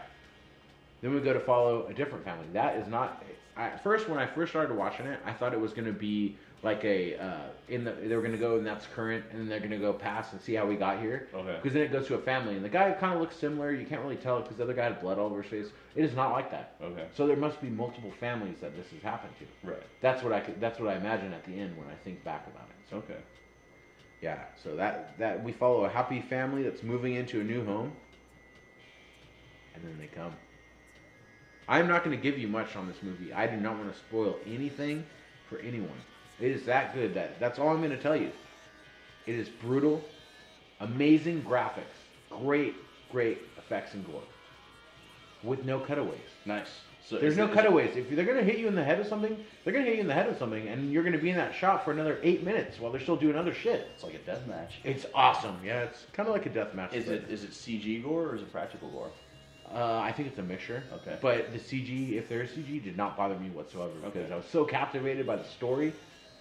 B: Then we go to follow a different family. That is not. At first, when I first started watching it, I thought it was going to be like a uh, in the they were going to go and that's current, and then they're going to go past and see how we got here.
C: Okay.
B: Because then it goes to a family, and the guy kind of looks similar. You can't really tell because the other guy had blood all over his face. It is not like that.
C: Okay.
B: So there must be multiple families that this has happened to.
C: Right.
B: That's what I could. That's what I imagine at the end when I think back about it. So
C: Okay.
B: yeah, so that that we follow a happy family that's moving into a new home, and then they come. I'm not going to give you much on this movie. I do not want to spoil anything for anyone. It is that good that that's all I'm going to tell you. It is brutal, amazing graphics, great, great effects and gore, with no cutaways.
C: Nice. So
B: There's
C: is
B: no
C: it- is it-
B: cutaways. If they're gonna hit you in the head of something, they're gonna hit you in the head of something, and you're gonna be in that shot for another eight minutes while they're still doing other shit.
C: It's like a death match.
B: It's awesome. Yeah, it's kind of like a death match.
C: Is
B: but-
C: it is it CG gore or is it practical gore?
B: Uh, I think it's a mixture.
C: Okay.
B: But the CG, if there is CG, did not bother me whatsoever because
C: Okay.
B: I was so captivated by the story.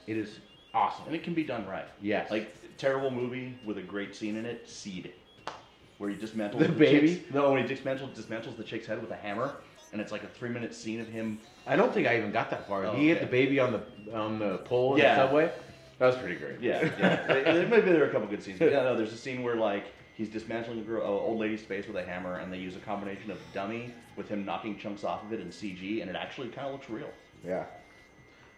B: It is awesome.
C: And it can be done right.
B: Yes.
C: Like terrible movie with a great scene in it, Seed, where he dismantles
B: The baby?
C: Chick's, no, when he dismantles dismantles the chick's head with a hammer, and it's like a three minute scene of him.
B: I don't think I even got that far.
C: Oh,
B: he hit
C: okay.
B: the baby on the on the pole in
C: Yeah.
B: the subway. That was pretty great.
C: Yeah, yeah. They- there- maybe there are a couple good scenes. But yeah, no, there's a scene where like he's dismantling a girl, a old lady's face with a hammer, and they use a combination of dummy with him knocking chunks off of it and CG, and it actually kind of looks real.
B: Yeah.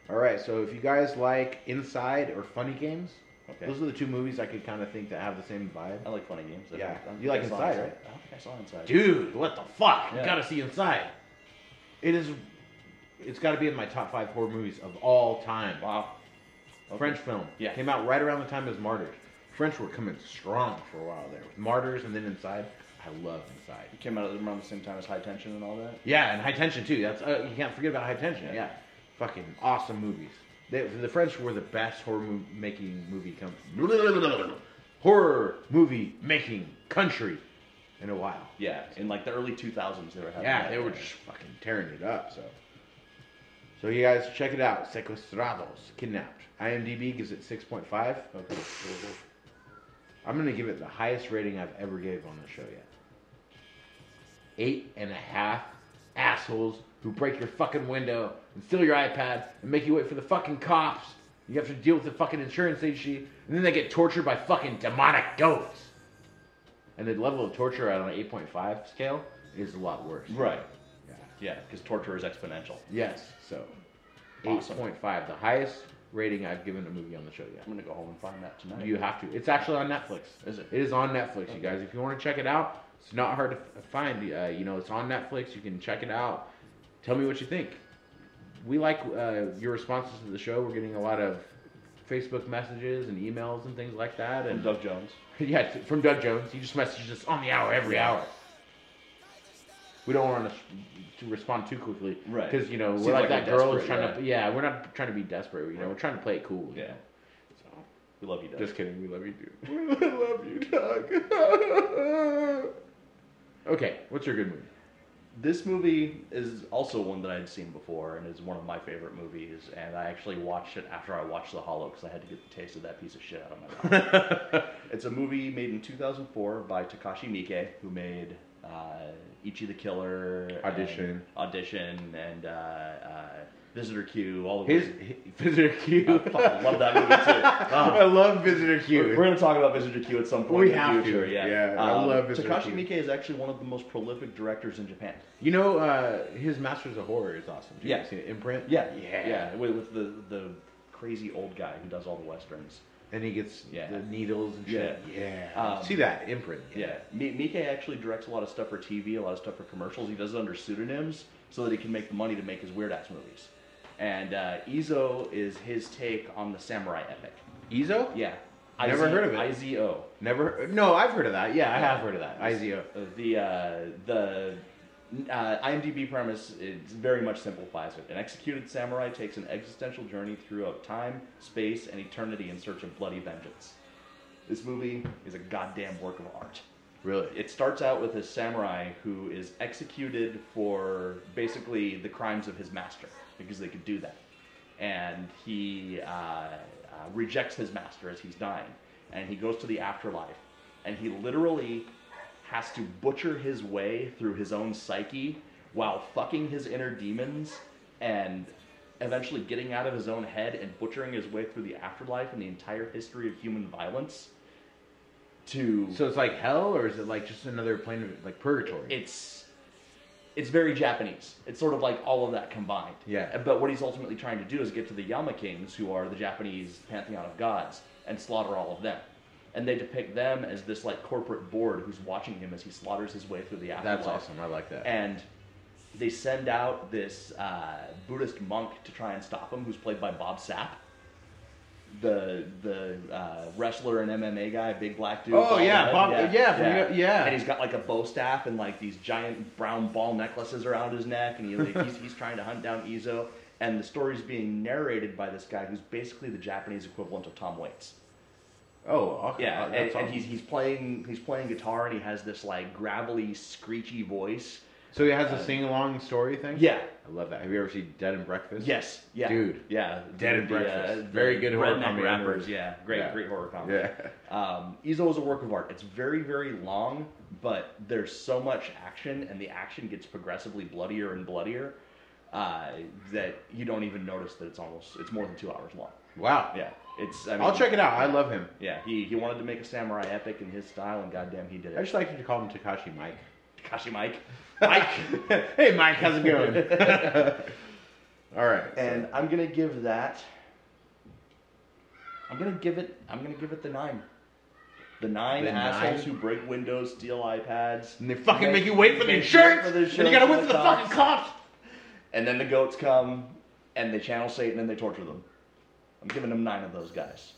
B: All right. So if you guys like Inside or Funny Games,
C: Okay.
B: those are the two movies I could kind of think that have the same
C: I
B: vibe.
C: like funny games. I
B: Yeah.
C: don't- I don't
B: You
C: think
B: like
C: I saw
B: Inside, right?
C: I don't think I saw Inside.
B: Dude, what the fuck? You
C: Yeah.
B: gotta see Inside. It is. It's got to be in my top five horror movies of all time.
C: Wow.
B: French film.
C: Yeah.
B: Came out right around the time as Martyrs. French were coming strong for a while there with Martyrs and then Inside. I love Inside.
C: It came out around the same time as High Tension and all that.
B: Yeah, and High Tension too. That's uh, you can't forget about High Tension. Yeah, fucking awesome movies. They, the French were the best horror mo- making movie com- horror movie making country in a while.
C: Yeah, in like the early 2000s, they were having.
B: Yeah,
C: that
B: they were
C: thing.
B: just fucking tearing it up. So, so you guys check it out. Sequestrados, kidnapped. IMDb gives it six point five. Okay. I'm gonna give it the highest rating I've ever gave on the show yet. Eight and a half assholes who break your fucking window and steal your iPad and make you wait for the fucking cops. You have to deal with the fucking insurance agency, and then they get tortured by fucking demonic ghosts. And the level of torture on an 8.5 scale is a lot worse.
C: Right.
B: Yeah.
C: Yeah, because torture is exponential.
B: Yes. So,
C: Awesome.
B: 8.5, the highest rating I've given a movie on the show
C: I'm
B: yet.
C: gonna go home and find that tonight.
B: You have to. It's actually on Netflix.
C: Is it?
B: It is on Netflix, you guys. If you want to check it out, it's not hard to f- find. Uh, you know, it's on Netflix. You can check it out. Tell me what you think. We like uh, your responses to the show. We're getting a lot of Facebook messages and emails and things like that.
C: and
B: And
C: Doug Jones.
B: yeah, t- from Doug Jones. He just messages us on the hour every hour. We don't want to, to respond too quickly,
C: Right.
B: Because you know
C: Seems
B: we're like,
C: like
B: that
C: we're
B: girl who's
C: desperate,
B: trying to. Yeah, we're not trying to be desperate. You know, we're trying to play it cool. you
C: Yeah.
B: know? So,
C: We love you, Doug.
B: just kidding. We love you, dude. I love you, Doug. okay, what's your good movie?
C: This movie is also one that I'd seen before and is one of my favorite movies. And I actually watched it after I watched The Hollow because I had to get the taste of that piece of shit out of my mouth. it's a movie made in 2004 by Takashi Miike, who made uh, Ichi the Killer, and
B: Audition.
C: Audition, and uh, uh, Visitor Q. All of
B: His,
C: those.
B: hi- Visitor Q.
C: I fucking love that movie too. Ah.
B: I love Visitor Q.
C: Oh, We're, we're gonna talk about Visitor Q at some point.
B: We
C: in the
B: have to,
C: future, Yeah, Um,
B: yeah, I love Visitor
C: Takashi
B: Q.
C: Miike is actually one of the most prolific directors in Japan.
B: You know, uh, his Masters of Horror is awesome. Too.
C: Yeah.
B: You seen it? Imprint?
C: Yeah,
B: Yeah.
C: yeah. With, with the the crazy old guy who does all the westerns.
B: And he gets
C: Yeah.
B: the needles and shit.
C: Yeah. Um,
B: See that? Imprint.
C: Yeah, Mi- Mike actually directs a lot of stuff for TV, a lot of stuff for commercials. He does it under pseudonyms so that he can make the money to make his weird ass movies. And uh, Izo is his take on the samurai epic.
B: Izo?
C: Yeah,
B: Never heard of it.
C: Izo.
B: Never. No, I've heard of that. Yeah, I have heard of that. Izo.
C: Uh, The uh, the uh, IMDb premise it very much simplifies it. An executed samurai takes an existential journey throughout time, space, and eternity in search of bloody vengeance. This movie is a goddamn work of art.
B: Really?
C: It starts out with a samurai who is executed for basically the crimes of his master because they could do that. And he uh, uh, rejects his master as he's dying. And he goes to the afterlife. And he literally has to butcher his way through his own psyche while fucking his inner demons and eventually getting out of his own head and butchering his way through the afterlife and the entire history of human violence to
B: So it's like hell, or is it like just another plane of like purgatory?
C: it's it's very Japanese. It's sort of like all of that combined.
B: Yeah.
C: Uh, But what he's ultimately trying to do is get to the Yama Kings, who are the Japanese pantheon of gods, and slaughter all of them. And they depict them as this like corporate board who's watching him as he slaughters his way through the afterlife.
B: That's awesome. I like that.
C: And they send out this uh, Buddhist monk to try and stop him, who's played by Bob Sapp, the the uh, wrestler and MMA guy, big black dude.
B: Oh,
C: with all
B: yeah,
C: the-
B: Bob- yeah, from the- yeah.
C: And he's got like a bow staff and like these giant brown ball necklaces around his neck, and he, like, he's he's trying to hunt down Izo. And the story's being narrated by this guy who's basically the Japanese equivalent of Tom Waits.
B: oh, okay.
C: Yeah,
B: that's
C: and,
B: awesome.
C: and he's he's playing he's playing guitar and he has this like gravelly, screechy voice.
B: so he has a sing along story thing.
C: Yeah.
B: I love that. Have you ever seen Dead and Breakfast?
C: Yes. Yeah.
B: Dude.
C: Yeah.
B: Dead and
C: The, uh,
B: Breakfast.
C: the
B: Very good horror
C: redneck
B: comedy.
C: Rappers. Yeah. Great.
B: Yeah.
C: Great horror comedy.
B: Yeah.
C: Um, Izo is a work of art. It's very, very long, but there's so much action, and the action gets progressively bloodier and bloodier uh, that you don't even notice that it's almost it's more than two hours long.
B: Wow.
C: Yeah. It's. I mean,
B: I'll check it out. I love him.
C: Yeah. He he wanted to make a samurai epic in his style, and goddamn, he did
B: I
C: it.
B: just like to call him Takashi Mike.
C: Takashi Mike. Mike.
B: hey, Mike, how's it going? All right.
C: and I'm gonna give that. I'm gonna give it. I'm gonna give it the nine. The nine
B: The
C: assholes
B: nine?
C: who break windows, steal iPads,
B: and they fucking make, you wait for the
C: make you wait
B: insurance,
C: for the
B: and
C: insurance
B: you gotta
C: and
B: wait for the
C: the cops.
B: fucking cops.
C: and then the goats come and they channel Satan and they torture them. I'm giving them nine of those guys.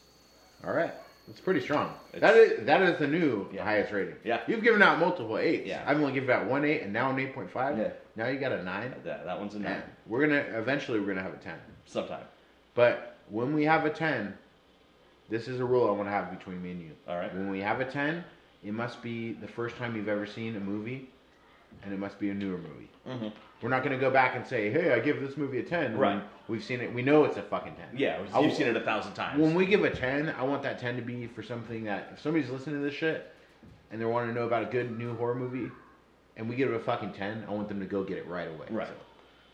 B: All right. That's pretty strong.
C: It's-
B: that is that is the new
C: Yeah.
B: highest rating.
C: Yeah.
B: You've given out multiple eights.
C: Yeah.
B: I've only given out one eight and now an eight point five.
C: Yeah.
B: Now you got a nine.
C: That, that one's a nine.
B: Ten. We're gonna eventually we're gonna have a ten.
C: Sometime.
B: But when we have a ten, this is a rule I wanna have between me and you.
C: All right.
B: When we have a ten, it must be the first time you've ever seen a movie and it must be a newer movie. We're not gonna go back and say, Hey, I give this movie a ten. when
C: Mm-hmm. Right.
B: We've seen it we know it's a fucking ten.
C: Yeah,
B: I-
C: you've seen it a thousand times.
B: when we give a 10, I want that 10 to be for something that if somebody's listening to this shit and they want to know about a good new horror movie and we give it a fucking 10, I want them to go get it right away.
C: Right.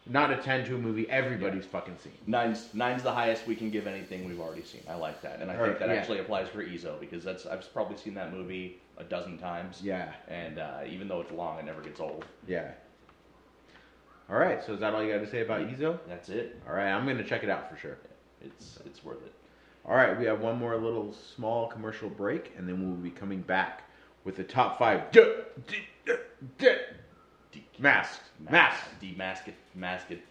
B: not a 10 to a movie everybody's fucking seen.
C: Nine's nine's the highest we can give anything we've already seen. I like that, and I
B: All
C: think
B: right,
C: that
B: yeah.
C: actually applies for Ezo because that's I've probably seen that movie a dozen times.
B: Yeah.
C: and uh, even though it's long, it never gets old.
B: Yeah. All right, so is that all you got to say about Ezo?
C: That's it.
B: All right, I'm going to check it out for sure.
C: It's it's worth it.
B: All right, we have one more little small commercial break and then we'll be coming back with the top five. Duh, duh, duh, duh. Masks. Masks.
C: Demask it. Mask it.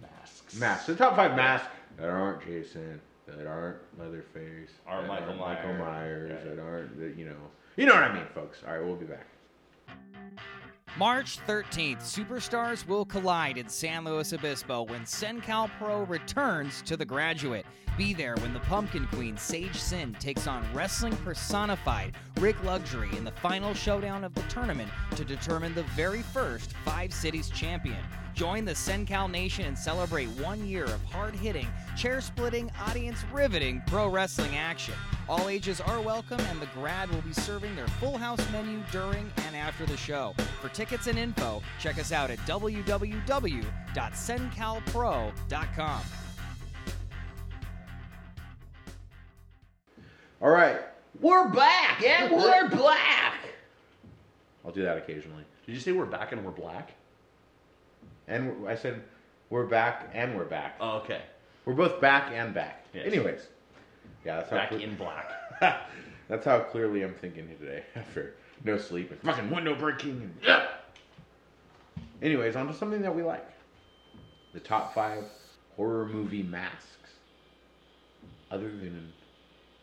C: Masks.
B: Masks. The top five masks that aren't Jason, that aren't Leatherface,
C: Aren't
B: that
C: Michael
B: Michael
C: Myers.
B: Myers,
C: Yeah.
B: that aren't that you know. You know what I mean, folks. All right, we'll be back.
D: March 13th, superstars will collide in San Luis Obispo when SenCal Pro returns to The Graduate. Be there when the Pumpkin Queen Sage Sin takes on wrestling personified Rick Luxury in the final showdown of the tournament to determine the very first Five Cities champion. Join the SenCal Nation and celebrate one year of hard hitting, chair splitting, audience riveting pro wrestling action. All ages are welcome, and the grad will be serving their full house menu during and after the show. For tickets and info, check us out at www.sencalpro.com.
B: All right.
C: We're back and we're black.
B: I'll do that occasionally.
C: Did you say we're back and we're black?
B: And we're- I said, we're back and we're back.
C: Oh, okay.
B: We're both back and back.
C: Yes.
B: Anyways, yeah, that's how
C: Back
B: cle-
C: in black.
B: that's how clearly I'm thinking today after no sleep and fucking window breaking. And Anyways, on to something that we like: the top five horror movie masks, other than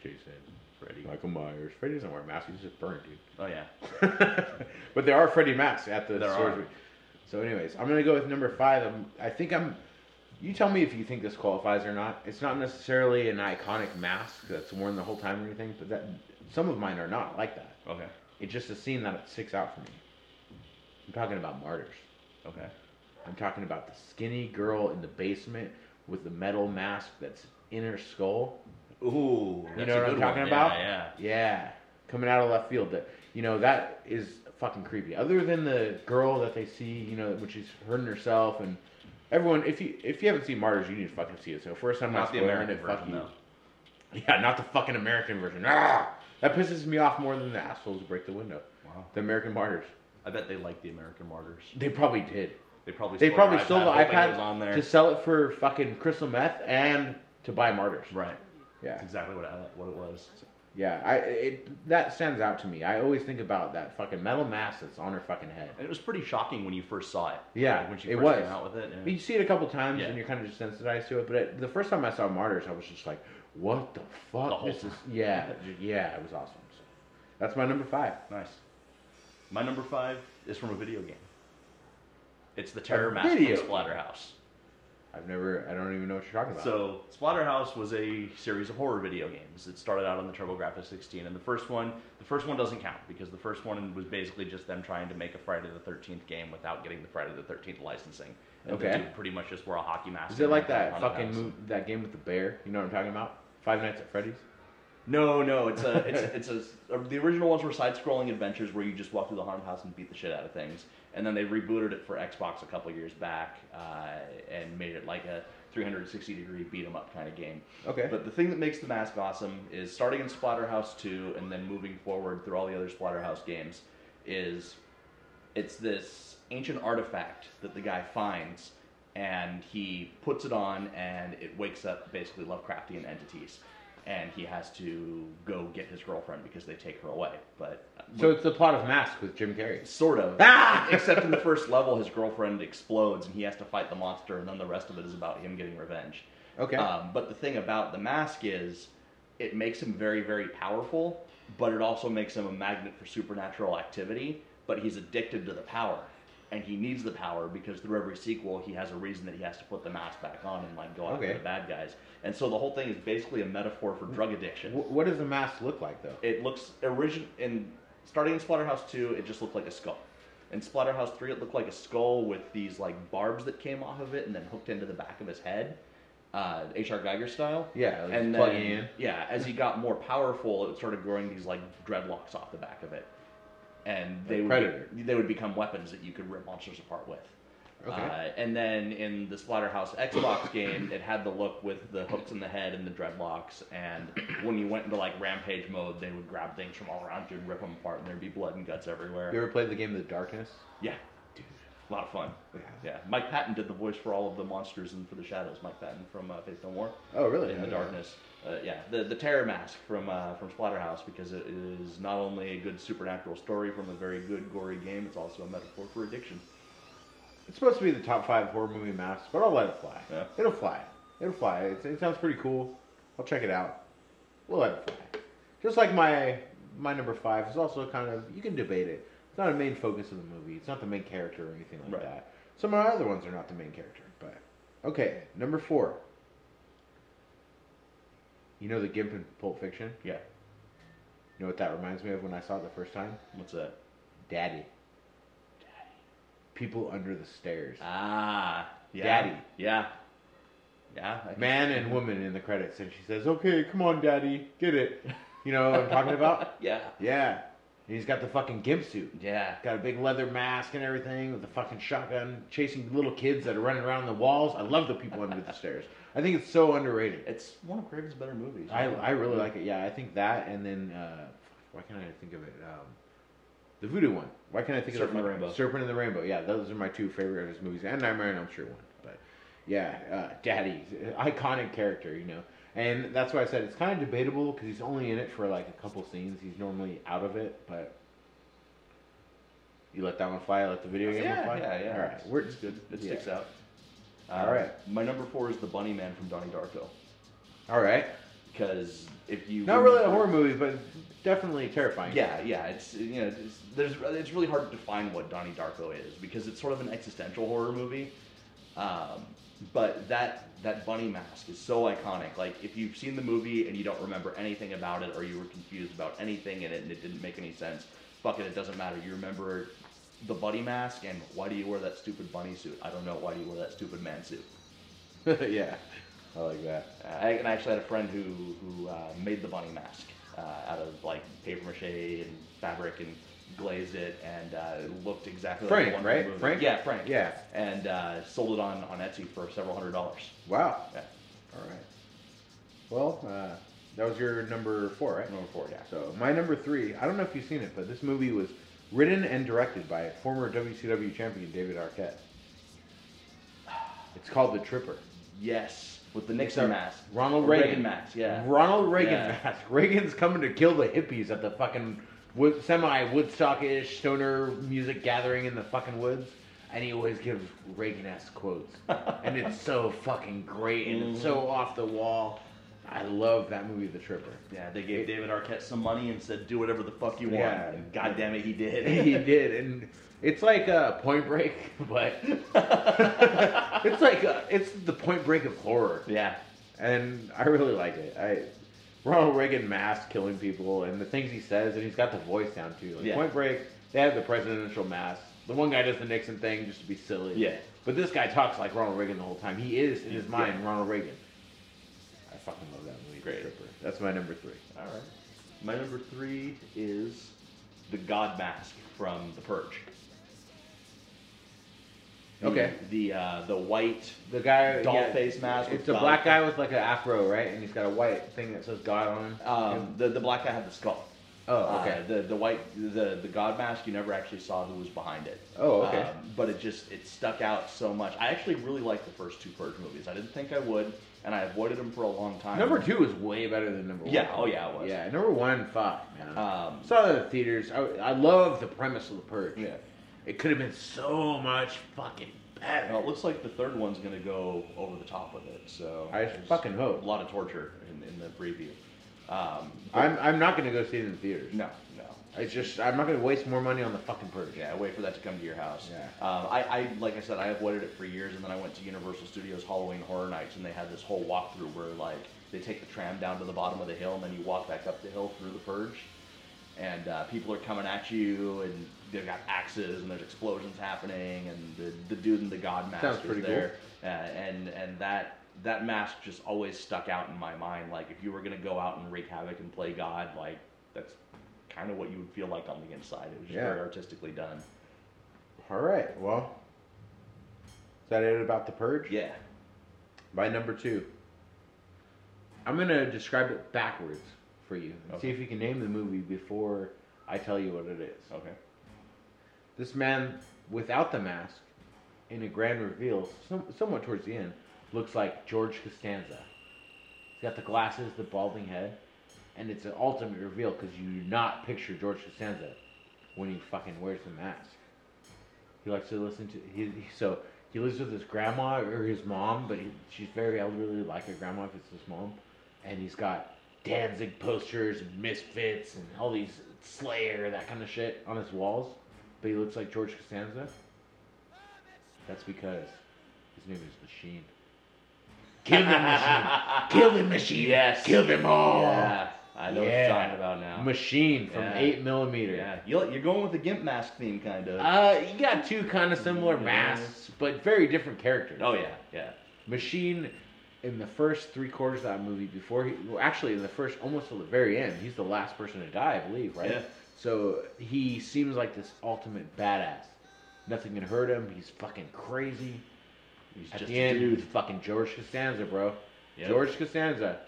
B: Jason,
C: Freddy.
B: Michael Myers. Freddy doesn't wear a mask; he's just burned, dude.
C: Oh yeah.
B: but there are Freddy masks at the
C: There
B: stores.
C: are.
B: So, anyways, I'm gonna go with number five. I'm, I think I'm. You tell me if you think this qualifies or not. It's not necessarily an iconic mask that's worn the whole time or anything, but that some of mine are not like that.
C: Okay.
B: It's just a scene that sticks out for me. I'm talking about martyrs.
C: Okay.
B: I'm talking about the skinny girl in the basement with the metal mask that's in her skull
C: Ooh.
B: you
C: that's
B: know
C: a
B: what I'm
C: good
B: talking
C: one.
B: about?
C: Yeah. yeah.
B: Yeah. Coming out of left field. That you know that is fucking creepy. Other than the girl that they see, you know, which is hurting herself and everyone. If you if you haven't seen Martyrs, you need to fucking see it. So first time
C: Not
B: not
C: the
B: spoiling
C: American
B: it, fuck
C: version
B: you.
C: though.
B: Yeah, not the fucking American version. Ah, that pisses me off more than the assholes who break the window.
C: Wow.
B: The American Martyrs.
C: I bet they like the American Martyrs.
B: They probably did.
C: They probably
B: They probably
C: an
B: sold the
C: hoping it
B: iPad
C: was on there.
B: to sell it for fucking crystal meth and to buy Martyrs.
C: Right.
B: Yeah.
C: That's exactly what I, what it was.
B: Yeah, I it that stands out to me. I always think about that fucking metal mask that's on her fucking head.
C: And it was pretty shocking when you first saw it.
B: Yeah,
C: Like, when she
B: it
C: first
B: was.
C: came out with it.
B: But
C: yeah.
B: You see it a couple times
C: Yeah.
B: and you're kind of desensitized to it. But it, the first time I saw Martyrs, I was just like, "What the fuck?"
C: The whole
B: this
C: time.
B: is yeah, yeah, it was awesome. So that's my number five.
C: Nice. My number five is from a video game. It's the Terror
B: A
C: Mask from
B: video
C: Splatterhouse.
B: I've never, I don't even know what you're talking about.
C: So Splatterhouse was a series of horror video games. It started out on the TurboGrafx-16, and the first one, the first one doesn't count because the first one was basically just them trying to make a Friday the Thirteenth game without getting the Friday the Thirteenth licensing. And the
B: Okay.
C: dude pretty much just wore a hockey mask.
B: is it
C: and went
B: like that
C: around the
B: fucking
C: house.
B: move, that game with the bear? You know what I'm talking about? Five Nights at Freddy's.
C: No, no, it's a, it's, it's a, the original ones were side-scrolling adventures where you just walk through the haunted house and beat the shit out of things, and then they rebooted it for Xbox a couple years back uh, and made it like a 360-degree beat 'em up kind of game.
B: Okay.
C: But the thing that makes the mask awesome is starting in Splatterhouse 2 and then moving forward through all the other Splatterhouse games is it's this ancient artifact that the guy finds and he puts it on and it wakes up basically lovecraftian entities and he has to go get his girlfriend because they take her away but
B: So it's the plot of Mask with Jim Carrey.
C: sort of
B: Ah!
C: except in the first level his girlfriend explodes and he has to fight the monster and then the rest of it is about him getting revenge
B: Okay.
C: um, but the thing about the mask is it makes him very very powerful but it also makes him a magnet for supernatural activity but he's addicted to the power and he needs the power because through every sequel he has a reason that he has to put the mask back on and like go after
B: Okay.
C: the bad guys and so the whole thing is basically a metaphor for drug addiction
B: Wh- what does the mask look like though?
C: it looks origin in starting in Splatterhouse two, it just looked like a skull. In Splatterhouse three, it looked like a skull with these like barbs that came off of it and then hooked into the back of his head, uh, H.R. Geiger style.
B: Yeah, like
C: and
B: plugging
C: then
B: in.
C: yeah, as he got more powerful, it started growing these like dreadlocks off the back of it, and they would
B: Predator.
C: they would become weapons that you could rip monsters apart with.
B: Okay.
C: Uh, and then in the Splatterhouse Xbox game, it had the look with the hooks in the head and the dreadlocks. And when you went into like rampage mode, they would grab things from all around you and rip them apart, and there'd be blood and guts everywhere.
B: You ever played the game The Darkness?
C: yeah, dude, a lot of fun. Yeah. Mike Patton did the voice for all of the monsters and for the shadows. Mike Patton from uh, Faith No More.
B: Oh, really?
C: In the
B: Yeah.
C: darkness. Uh, yeah, the the terror mask from uh, from Splatterhouse because it is not only a good supernatural story from a very good gory game, it's also a metaphor for addiction.
B: It's supposed to be the top five horror movie masks, but I'll let it fly.
C: Yeah.
B: It'll fly. It'll fly. It, it sounds pretty cool. I'll check it out. We'll let it fly. Just like my my number five is also kind of you can debate it. It's not a main focus of the movie. It's not the main character or anything like
C: Right.
B: that. Some of our other ones are not the main character, but okay. Number four. You know the Gimp in Pulp Fiction.
C: Yeah,
B: You know what that reminds me of when I saw it the first time?
C: what's that?
B: Daddy. Daddy. People under the stairs.
C: Ah, yeah.
B: Daddy.
C: Yeah. Yeah. I can-
B: man and woman in the credits, and she says, "Okay, come on, daddy, get it." You know what I'm talking about?
C: Yeah.
B: Yeah. And he's got the fucking gimp suit.
C: Yeah.
B: Got a big leather mask and everything with a fucking shotgun, chasing little kids that are running around the walls. I love the people under the stairs. I think it's so underrated.
C: It's one of Craven's better movies.
B: I, I really like it. Yeah, I think that, and then uh, why can't I think of it? Um, the Voodoo one. Why can't I think
C: Serpent
B: of
C: in
B: the
C: the Rainbow.
B: Serpent in the Rainbow. Yeah, those are my two favorite of his movies, and Nightmare on Elm Street one. But yeah, uh, Daddy, iconic character, you know. And that's why I said it's kind of debatable because he's only in it for like a couple scenes. He's normally out of it, but you let that one fly. Let the video game one
C: Yeah,
B: fly.
C: yeah, yeah.
B: All right, we're,
C: it's good. It
B: yeah.
C: sticks out. Um,
B: All right.
C: My number four is the Bunny Man from Donnie Darko.
B: All right.
C: Because if you
B: Not really a
C: remember-
B: horror movie, but definitely terrifying.
C: Yeah, yeah. It's you know, it's, there's it's really hard to define what Donnie Darko is because it's sort of an existential horror movie. Um, but that that bunny mask is so iconic. Like if you've seen the movie and you don't remember anything about it, or you were confused about anything in it and it didn't make any sense, fuck it, it doesn't matter. You remember the bunny mask and why do you wear that stupid bunny suit? I don't know. Why do you wear that stupid man suit?
B: yeah. I like that.
C: I, Uh, and I actually had a friend who who uh, made the bunny mask uh, out of like paper mache and fabric and glazed it and uh, it looked exactly
B: Frank,
C: like the one
B: right?
C: from the movie.
B: Frank?
C: Yeah, Frank.
B: Yeah.
C: And uh, sold it on, on Etsy for several hundred dollars.
B: Wow.
C: Yeah.
B: All right. Well, uh, that was your number four, right?
C: Number four, yeah.
B: So my number three. I don't know if you've seen it, but this movie was written and directed by former WCW champion David Arquette. It's called The Tripper.
C: Yes, with the
B: It's
C: Nixon
B: a
C: mask.
B: Ronald
C: Or
B: Reagan.
C: mask. Yeah.
B: Ronald Reagan
C: Yeah.
B: mask. Reagan's coming to kill the hippies at the fucking wood, semi Woodstockish stoner music gathering in the fucking woods. And he always gives Reagan esque quotes. and it's so fucking great and it's
C: Mm-hmm.
B: so off the wall. I love that movie, The Tripper.
C: Yeah, they gave David Arquette some money and said, "Do whatever the fuck you want."
B: Yeah.
C: And God damn it, he
B: he
C: did.
B: did, and it's like a Point Break, but it's like uh it's the Point Break of horror.
C: yeah.
B: and I really like it. I Ronald Reagan mask killing people and the things he says, and he's got the voice down too. Like
C: Yeah.
B: Point Break, they have the presidential mask. The one guy does the Nixon thing just to be silly.
C: Yeah.
B: But this guy talks like Ronald Reagan the whole time. He is in his mind Ronald Reagan. I fucking love that movie.
C: Great.
B: Tripper. That's my number three.
C: All right. My number three is the God Mask from The Purge. The-
B: Okay.
C: The uh, the white.
B: The guy
C: Doll
B: yeah,
C: face mask with
B: It's a
C: dog-
B: black guy with like an afro, right? And he's got a white thing that says God on him.
C: Um, the the black guy had the skull.
B: Oh, okay.
C: Uh, the the white the the God Mask. You never actually saw who was behind it. Um,
B: Oh, okay.
C: but it just it stuck out so much. I actually really liked the first two Purge movies. I didn't think I would, and I avoided them for a long time.
B: Number two is way better than number one.
C: Yeah, oh yeah, it was.
B: Yeah, number one, fuck, man.
C: Um,
B: Saw it in the theaters. I, I love the premise of the purge.
C: Yeah.
B: It could have been so much fucking better.
C: Well, it looks like the third one's gonna go over the top with it. So
B: I
C: there's
B: fucking hope.
C: A lot of torture in, in the preview. Um,
B: I'm, I'm not gonna go see it in the theaters.
C: no, no.
B: It's just I'm not gonna waste more money on the fucking purge.
C: Yeah, wait for that to come to your house.
B: Yeah.
C: Um, I, I, like I said, I avoided it for years, and then I went to Universal Studios Halloween Horror Nights, and they had this whole walkthrough where like they take the tram down to the bottom of the hill, and then you walk back up the hill through the purge, and uh, people are coming at you, and they've got axes, and there's explosions happening, and the, the dude in the god mask
B: Sounds
C: is
B: pretty
C: there, uh, and and that. That mask just always stuck out in my mind. Like, if you were gonna go out and wreak havoc and play God, like that's kind of what you would feel like on the inside. It was just
B: Yeah.
C: very artistically done.
B: All right. Well, is that it about the purge?
C: Yeah.
B: By number two. I'm gonna describe it backwards for you. and
C: Okay.
B: See if you can name the movie before I tell you what it is.
C: Okay.
B: This man without the mask, in a grand reveal, some, somewhat towards the end, looks like George Costanza. He's got the glasses, the balding head, and it's an ultimate reveal because you do not picture George Costanza when he fucking wears the mask. He likes to listen to he, he- so he lives with his grandma or his mom, but he, she's very elderly, like her grandma if it's his mom, and he's got Danzig posters and Misfits and all these Slayer that kind of shit on his walls, but he looks like George Costanza. That's because his name is Machine. Kill the machine! Kill the machine!
C: Yes.
B: Kill them all!
C: Yeah. I know what
B: Yeah.
C: you're talking about now.
B: Machine from
C: Yeah.
B: 8 millimeter.
C: yeah. You're, you're going with the gimp mask theme, kind of.
B: Uh, you got two kind of similar masks, but very different characters.
C: oh yeah. Yeah.
B: Machine in the first three quarters of that movie before he well, actually in the first almost till the very end he's the last person to die i believe right
C: Yeah.
B: so he seems like this ultimate badass nothing can hurt him he's fucking crazy
C: He's
B: at
C: just
B: the
C: a
B: end
C: dude.
B: it's fucking george costanza bro
C: Yep.
B: george costanza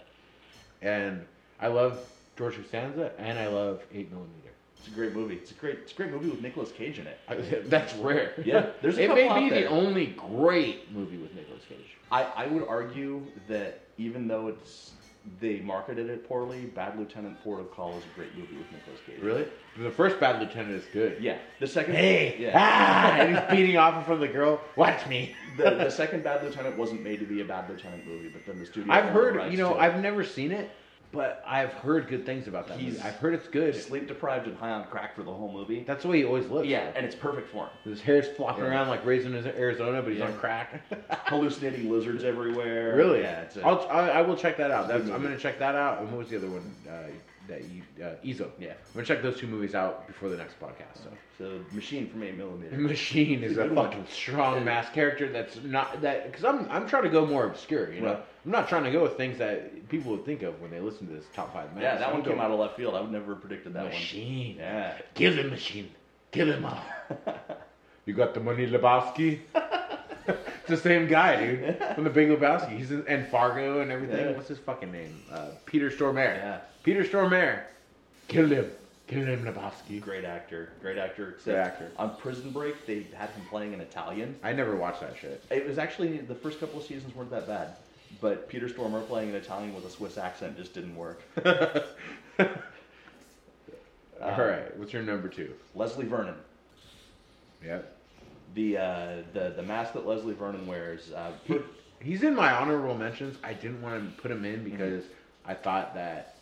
B: and i love george costanza and i love 8 millimeter
C: It's a great movie. It's a great. It's a great movie with Nicolas Cage in it.
B: I- That's rare.
C: Yeah, there's a
B: it
C: couple
B: may
C: out
B: be the
C: there.
B: only great movie with Nicolas Cage.
C: I, I would argue that even though it's they marketed it poorly, Bad Lieutenant Ford of Call is a great movie with Nicolas Cage.
B: The first Bad Lieutenant is good.
C: Yeah. The second.
B: Hey!
C: Yeah.
B: Ah! And he's beating off in front of the girl. Watch me.
C: the, the second Bad Lieutenant wasn't made to be a Bad Lieutenant movie, but then the studio.
B: I've
C: owned the
B: heard,
C: rights
B: you know,
C: to it.
B: I've never seen it, but I've heard good things about that
C: He's-
B: movie. I've heard it's good.
C: sleep deprived and high on crack for the whole movie.
B: That's the way he always looks.
C: yeah, and it's perfect for him.
B: His hair's flopping
C: Yeah.
B: around like raising in Arizona, but he's
C: Yeah.
B: on crack.
C: Hallucinating lizards everywhere.
B: really?
C: Yeah. It's a,
B: I'll, I, I will check that out.
C: It's a good
B: That's, I'm
C: movie.
B: going to check that out. And what was the other one uh, that you, uh, Ezo?
C: Yeah.
B: I'm going to check those two movies out before the next podcast. So.
C: the machine from eight millimeter.
B: Machine is a
C: Good one.
B: fucking strong mass character. That's not that because I'm I'm trying to go more obscure. You know,
C: Right.
B: I'm not trying to go with things that people would think of when they listen to this top five minutes.
C: Yeah, that
B: I'm
C: one came
B: going-
C: out of left field. I would never have predicted that
B: Machine.
C: one. Yeah.
B: Kill the machine. Kill him all. you got the money, Lebowski. it's the same guy, dude, from the Big Lebowski. He's in, and Fargo and everything.
C: Yeah.
B: What's his fucking name? Uh, Peter Stormare.
C: Yeah.
B: Peter Stormare. Kill him. Kill him, Lebowski.
C: Great actor, great actor. Except
B: Great actor.
C: On Prison Break, they had him playing an Italian.
B: I never watched that shit.
C: It was actually the first couple of seasons weren't that bad, but Peter Stormer playing an Italian with a Swiss accent just didn't work. Uh.
B: All right, what's your number two?
C: Leslie Vernon,
B: Yep.
C: the uh, the the mask that Leslie Vernon wears. Uh, put,
B: He's in my honorable mentions. I didn't want to put him in because I thought that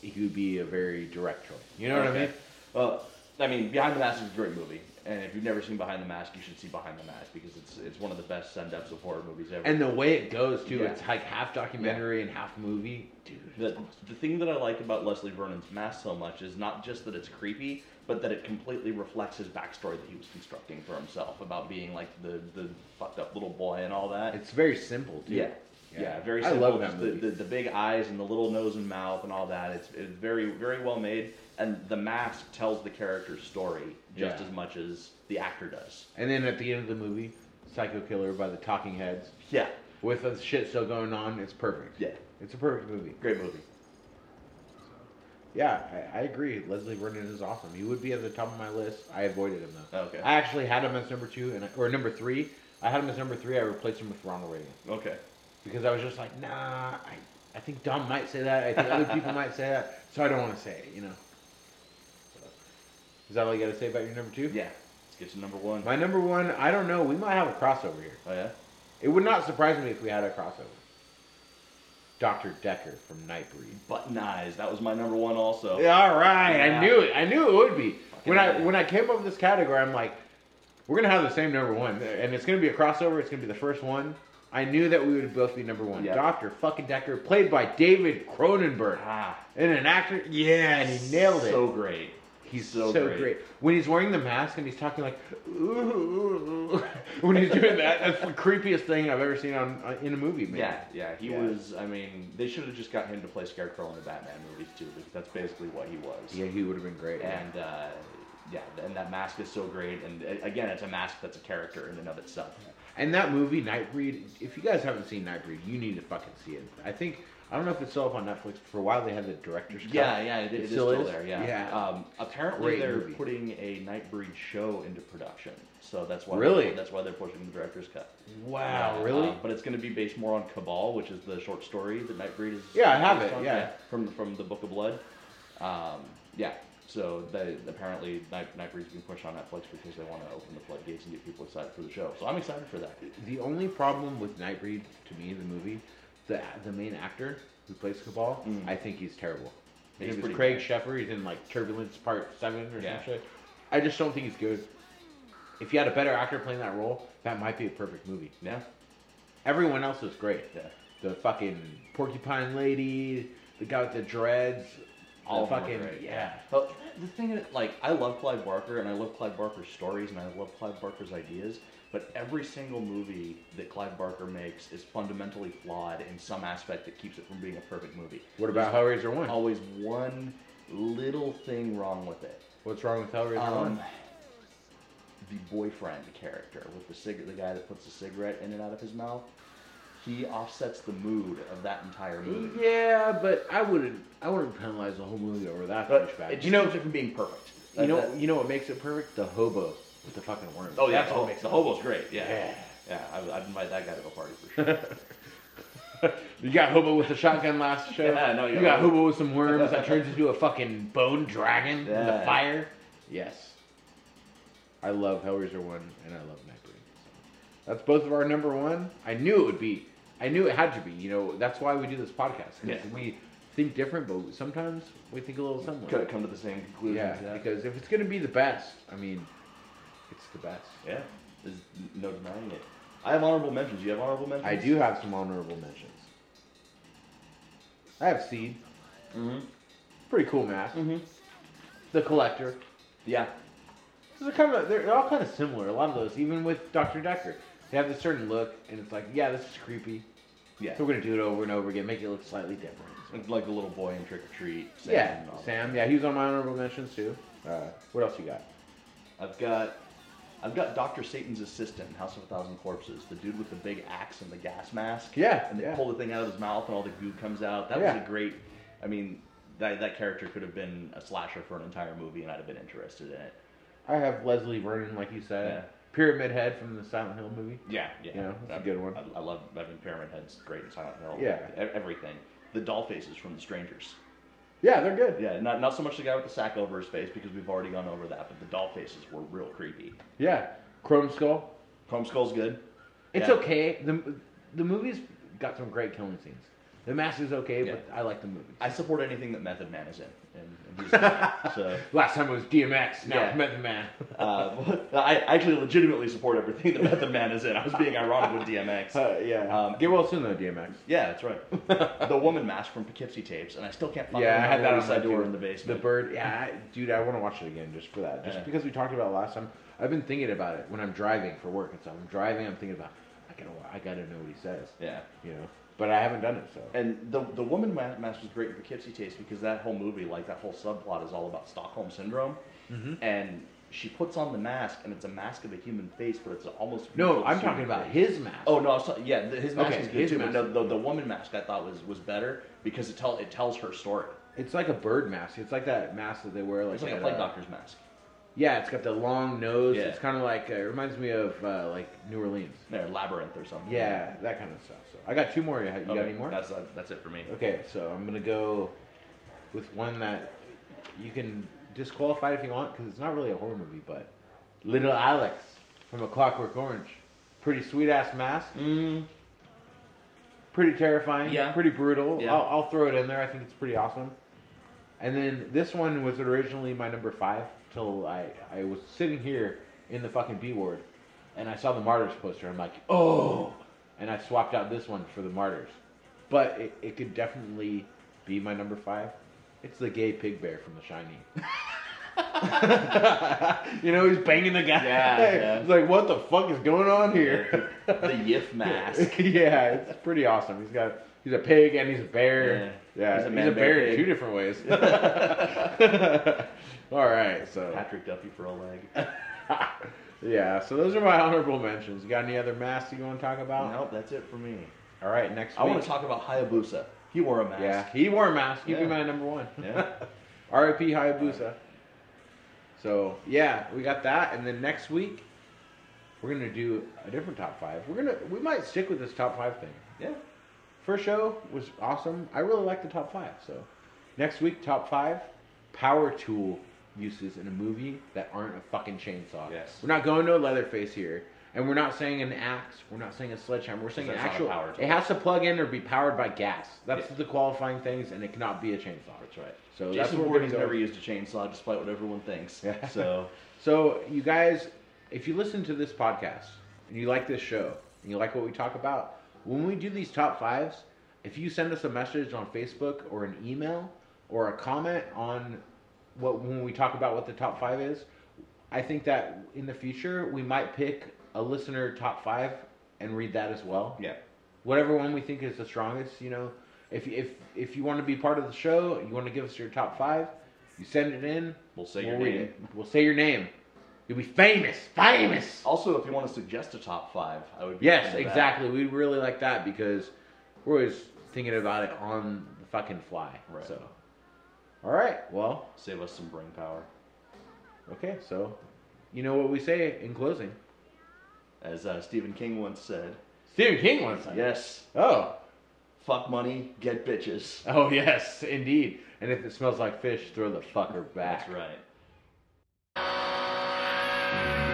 B: he would be a very direct choice. You know what I mean?
C: Well, I mean, Behind the Mask is a great movie, and if you've never seen Behind the Mask, you should see Behind the Mask because it's it's one of the best send ups of horror movies ever.
B: And the way it goes too,
C: Yeah.
B: it's like half documentary and half movie. Dude,
C: The, the thing that I like about Leslie Vernon's mask so much is not just that it's creepy, but that it completely reflects his backstory that he was constructing for himself about being like the, the fucked up little boy and all that.
B: it's very simple too.
C: yeah. yeah, very
B: I
C: simple.
B: love that
C: just
B: movie.
C: The, the, the big eyes and the little nose and mouth and all that. It's, it's very very well made, and the mask tells the character's story just
B: Yeah.
C: as much as the actor does.
B: and then at the end of the movie, Psycho Killer by the Talking Heads,
C: Yeah,
B: with the shit still going on, it's perfect.
C: Yeah.
B: it's a perfect movie.
C: great movie.
B: Yeah, I, I agree. Leslie Vernon is awesome. He would be at the top of my list. I avoided him though.
C: Okay.
B: I actually had him as number two and or number three. I had him as number three. I replaced him with Ronald Reagan
C: Okay.
B: because I was just like, nah. I, I think Dom might say that. I think other people might say that. So I don't want to say it. You know. So, is that all you got to say about your number two?
C: Yeah, let's get to number one.
B: My number one. I don't know. We might have a crossover here.
C: oh yeah.
B: It would not surprise me if we had a crossover. Doctor Decker from Nightbreed.
C: Button eyes. That was my number one also.
B: Yeah, all right.
C: Yeah.
B: I knew it. I knew it would be. When I
C: hell.
B: when I came up with this category, I'm like, we're gonna have the same number one, and it's gonna be a crossover. It's gonna be the first one. I knew that we would both be number one.
C: Yeah.
B: Doctor fucking Decker, played by David Cronenberg,
C: Ah.
B: and an actor. Yeah, and he nailed it.
C: So great. He's so, great.
B: When he's wearing the mask and he's talking like, "Ooh," when he's doing that, that's the creepiest thing I've ever seen on, on in a movie. Man.
C: Yeah, yeah. He
B: Yeah.
C: was. I mean, they should have just got him to play Scarecrow in the Batman movies too, because that's basically what he was.
B: yeah, he would have been great. yeah.
C: And uh, yeah, and that mask is so great. And uh, again, it's a mask that's a character in and of itself.
B: And that movie, Nightbreed, if you guys haven't seen Nightbreed, you need to fucking see it. I think, I don't know if it's still up on Netflix. For a while, they had the director's cut.
C: Yeah, yeah. It, it is still there. Yeah.
B: Yeah.
C: Um, apparently,
B: Great
C: they're
B: movie.
C: putting a Nightbreed show into production, so that's why
B: Really?
C: that's why they're pushing the director's cut.
B: wow,
C: Uh,
B: really?
C: but it's going to be based more on Cabal, which is the short story that Nightbreed is.
B: Yeah, I have
C: based
B: it,
C: on,
B: yeah.
C: from from the Book of Blood. Um, yeah. So they, apparently Night, Nightbreed's been pushed on Netflix because they want to open the floodgates and get people excited for the show. So I'm excited for that.
B: the only problem with Nightbreed, to me, the movie, the, the main actor who plays Cabal, I think he's terrible.
C: Mm. He's
B: His name
C: pretty
B: is Craig
C: bad.
B: Sheffer. He's in, like, Turbulence Part 7 or
C: Yeah.
B: some shit. I just don't think he's good. If you had a better actor playing that role, that might be a perfect movie.
C: Yeah.
B: Everyone else is great.
C: Yeah.
B: The fucking porcupine lady, the guy with the dreads, all
C: All
B: fucking
C: great.
B: yeah.
C: But the thing is, like, I love Clive Barker and I love Clive Barker's stories and I love Clive Barker's ideas. But every single movie that Clive Barker makes is fundamentally flawed in some aspect that keeps it from being a perfect movie.
B: What about Hellraiser 1?
C: Always one little thing wrong with it.
B: What's wrong with Hellraiser
C: Um,
B: 1?
C: the boyfriend character with the cig- the guy that puts the cigarette in and out of his mouth. He offsets the mood of that entire movie.
B: Yeah, but I wouldn't. I wouldn't penalize the whole movie over that
C: But
B: pushback.
C: it just keeps it from being perfect.
B: You
C: That-
B: know,
C: that-
B: you know what makes it perfect? The hobo with the fucking worms.
C: oh yeah,
B: That's
C: the,
B: what
C: hobo,
B: makes
C: the
B: it
C: hobo's great. Yeah,
B: Yeah.
C: yeah. I, would- I'd invite that guy to a party for sure.
B: You got hobo with the shotgun last show.
C: Yeah, no,
B: you
C: yeah.
B: got hobo with some worms that turns into a fucking bone dragon in the
C: Yeah.
B: fire. Yes, I love Hellraiser one and I love Nightbreed. So that's both of our number one. I knew it would be. I knew it had to be. You know, that's why we do this podcast. 'cause
C: Yeah.
B: we think different, but sometimes we think a little similar.
C: Could come to the same conclusion.
B: Yeah, because if it's gonna be the best, I mean, it's the best.
C: yeah. There's no denying it. I have honorable mentions. You have honorable mentions.
B: I do have some honorable mentions. I have Seed.
C: Mhm.
B: Pretty cool mask. Mm-hmm. The Collector.
C: Yeah.
B: These are kind of they're all kind of similar. A lot of those, even with Doctor Decker, they have this certain look, and it's like, yeah, this is creepy.
C: Yeah.
B: So we're gonna do it over and over again, make it look slightly different. So-
C: It's like the little boy in Trick or Treat. Sam
B: yeah,
C: and all that.
B: Sam. Yeah, he was on my honorable mentions too. Uh, what else you got?
C: I've got I've got Doctor Satan's assistant in House of a Thousand Corpses, the dude with the big axe and the gas mask.
B: Yeah,
C: And they
B: yeah.
C: pull the thing out of his mouth and all the goo comes out. That
B: Yeah.
C: was a great I mean, that that character could have been a slasher for an entire movie and I'd have been interested in it.
B: I have Leslie Vernon, like you said,
C: Yeah.
B: Pyramid Head from the Silent Hill movie.
C: Yeah, yeah.
B: Yeah, that's a good one.
C: I, I love I mean Pyramid Head's great in Silent Hill.
B: Yeah.
C: E- Everything. The doll faces from the strangers.
B: Yeah, they're good.
C: Yeah, not not so much the guy with the sack over his face because we've already gone over that, but the doll faces were real creepy.
B: Yeah, Chrome Skull.
C: Chrome Skull's good.
B: It's
C: Yeah.
B: okay. the The movie's got some great killing scenes. The mask is okay, but
C: Yeah.
B: I like the movies.
C: I support anything that Method Man is in, and, and he's in that. so
B: Last time it was DMX. Now it's
C: Yeah.
B: Method Man.
C: uh, I actually legitimately support everything that Method Man is in. I was being ironic with DMX.
B: yeah.
C: Um,
B: Get well soon though, DMX.
C: yeah, that's right. the woman mask from Poughkeepsie Tapes, and I still can't find.
B: Yeah, I had that on
C: side
B: my
C: door
B: too.
C: in the basement.
B: The bird. Yeah, I, dude, I want to watch it again just for that. Just
C: Yeah.
B: because we talked about it last time. I've been thinking about it when I'm driving for work and stuff. I'm driving. I'm thinking about. I gotta. I gotta know what he says.
C: Yeah.
B: You know. But I haven't done it so.
C: And the the woman ma- mask was great in Poughkeepsie Tapes because that whole movie, like that whole subplot, is all about Stockholm syndrome,
B: Mm-hmm.
C: and she puts on the mask, and it's a mask of a human face, but it's almost
B: no,
C: beautiful
B: I'm
C: human
B: talking about
C: face.
B: his mask.
C: Oh no! So, yeah, the, his mask
B: Okay,
C: is good
B: his
C: too,
B: mask.
C: but no, the, the woman mask I thought was was better because it tell it tells her story.
B: It's like a bird mask. It's like that mask that they wear. Like
C: It's like a
B: at,
C: plague
B: uh,
C: doctor's mask.
B: Yeah, it's got the long nose.
C: Yeah.
B: It's kind of like uh, it reminds me of uh, like New Orleans.
C: There, labyrinth or something.
B: Yeah, that kind of stuff. So I got two more. You, you
C: Okay,
B: got any more?
C: That's uh, that's it for me.
B: Okay, so I'm gonna go with one that you can disqualify if you want because it's not really a horror movie, but Little Alex from A Clockwork Orange, pretty sweet ass mask,
C: Mm,
B: pretty terrifying,
C: Yeah.
B: pretty brutal.
C: Yeah.
B: I'll, I'll throw it in there. I think it's pretty awesome. And then this one was originally my number five till I I was sitting here in the fucking B ward, and I saw the Martyrs poster. I'm like, oh, and I swapped out this one for the Martyrs, but it, it could definitely be my number five. It's the gay pig bear from The Shining. you know, he's banging the guy.
C: Yeah, yeah.
B: It's like, what the fuck is going on here?
C: the Yif mask.
B: yeah, it's pretty awesome. He's got he's a pig and he's a bear. Yeah,
C: Yeah. He's a man, bear,
B: bear in
C: pig.
B: two different ways. All right, so
C: Patrick Duffy for a
B: Uh,
C: leg.
B: yeah, so those are my honorable mentions. You got any other masks you want to talk about?
C: nope, that's it for me.
B: All right, next
C: I
B: week.
C: want to talk about Hayabusa. He wore a mask.
B: Yeah, he wore a mask. He'd be
C: Yeah.
B: my number one.
C: Yeah.
B: R.I.P. Hayabusa. So yeah, we got that, and then next week we're gonna do a different top five. We're gonna we might stick with this top five thing.
C: Yeah.
B: First show was awesome. I really like the top five. So next week, top five power tool uses in a movie that aren't a fucking chainsaw.
C: Yes.
B: We're not going to a Leatherface here. And we're not saying an axe. We're not saying a sledgehammer. We're saying an
C: That's not a
B: actual.
C: power tool.
B: It has to plug in or be powered by gas. That's
C: Yeah.
B: the qualifying things, and it cannot be a chainsaw.
C: That's right.
B: So
C: Jason
B: that's what we're
C: Voorhees
B: gonna go-
C: never used a chainsaw, despite what everyone thinks.
B: Yeah.
C: So
B: So, you guys, if you listen to this podcast and you like this show and you like what we talk about, when we do these top fives, if you send us a message on Facebook or an email or a comment on what when we talk about what the top five is, I think that in the future we might pick a listener top five and read that as well.
C: Yeah.
B: Whatever one we think is the strongest, you know. If if if you want to be part of the show, you want to give us your top five, you send it in.
C: We'll say your
B: read
C: name.
B: it. We'll say your name. You'll be famous, famous.
C: Also, if you want to suggest a top five, I would. Be open
B: Yes,
C: to that.
B: exactly. We'd really like that because we're always thinking about it on the fucking fly.
C: Right.
B: So, all right. Well,
C: Save us some brain power.
B: okay. So, you know what we say in closing?
C: As uh, Stephen King once said,
B: Stephen King once. said-
C: yes,
B: Oh.
C: fuck money, get bitches.
B: Oh yes, indeed. And if it smells like fish, throw the fucker back.
C: That's right.
B: right.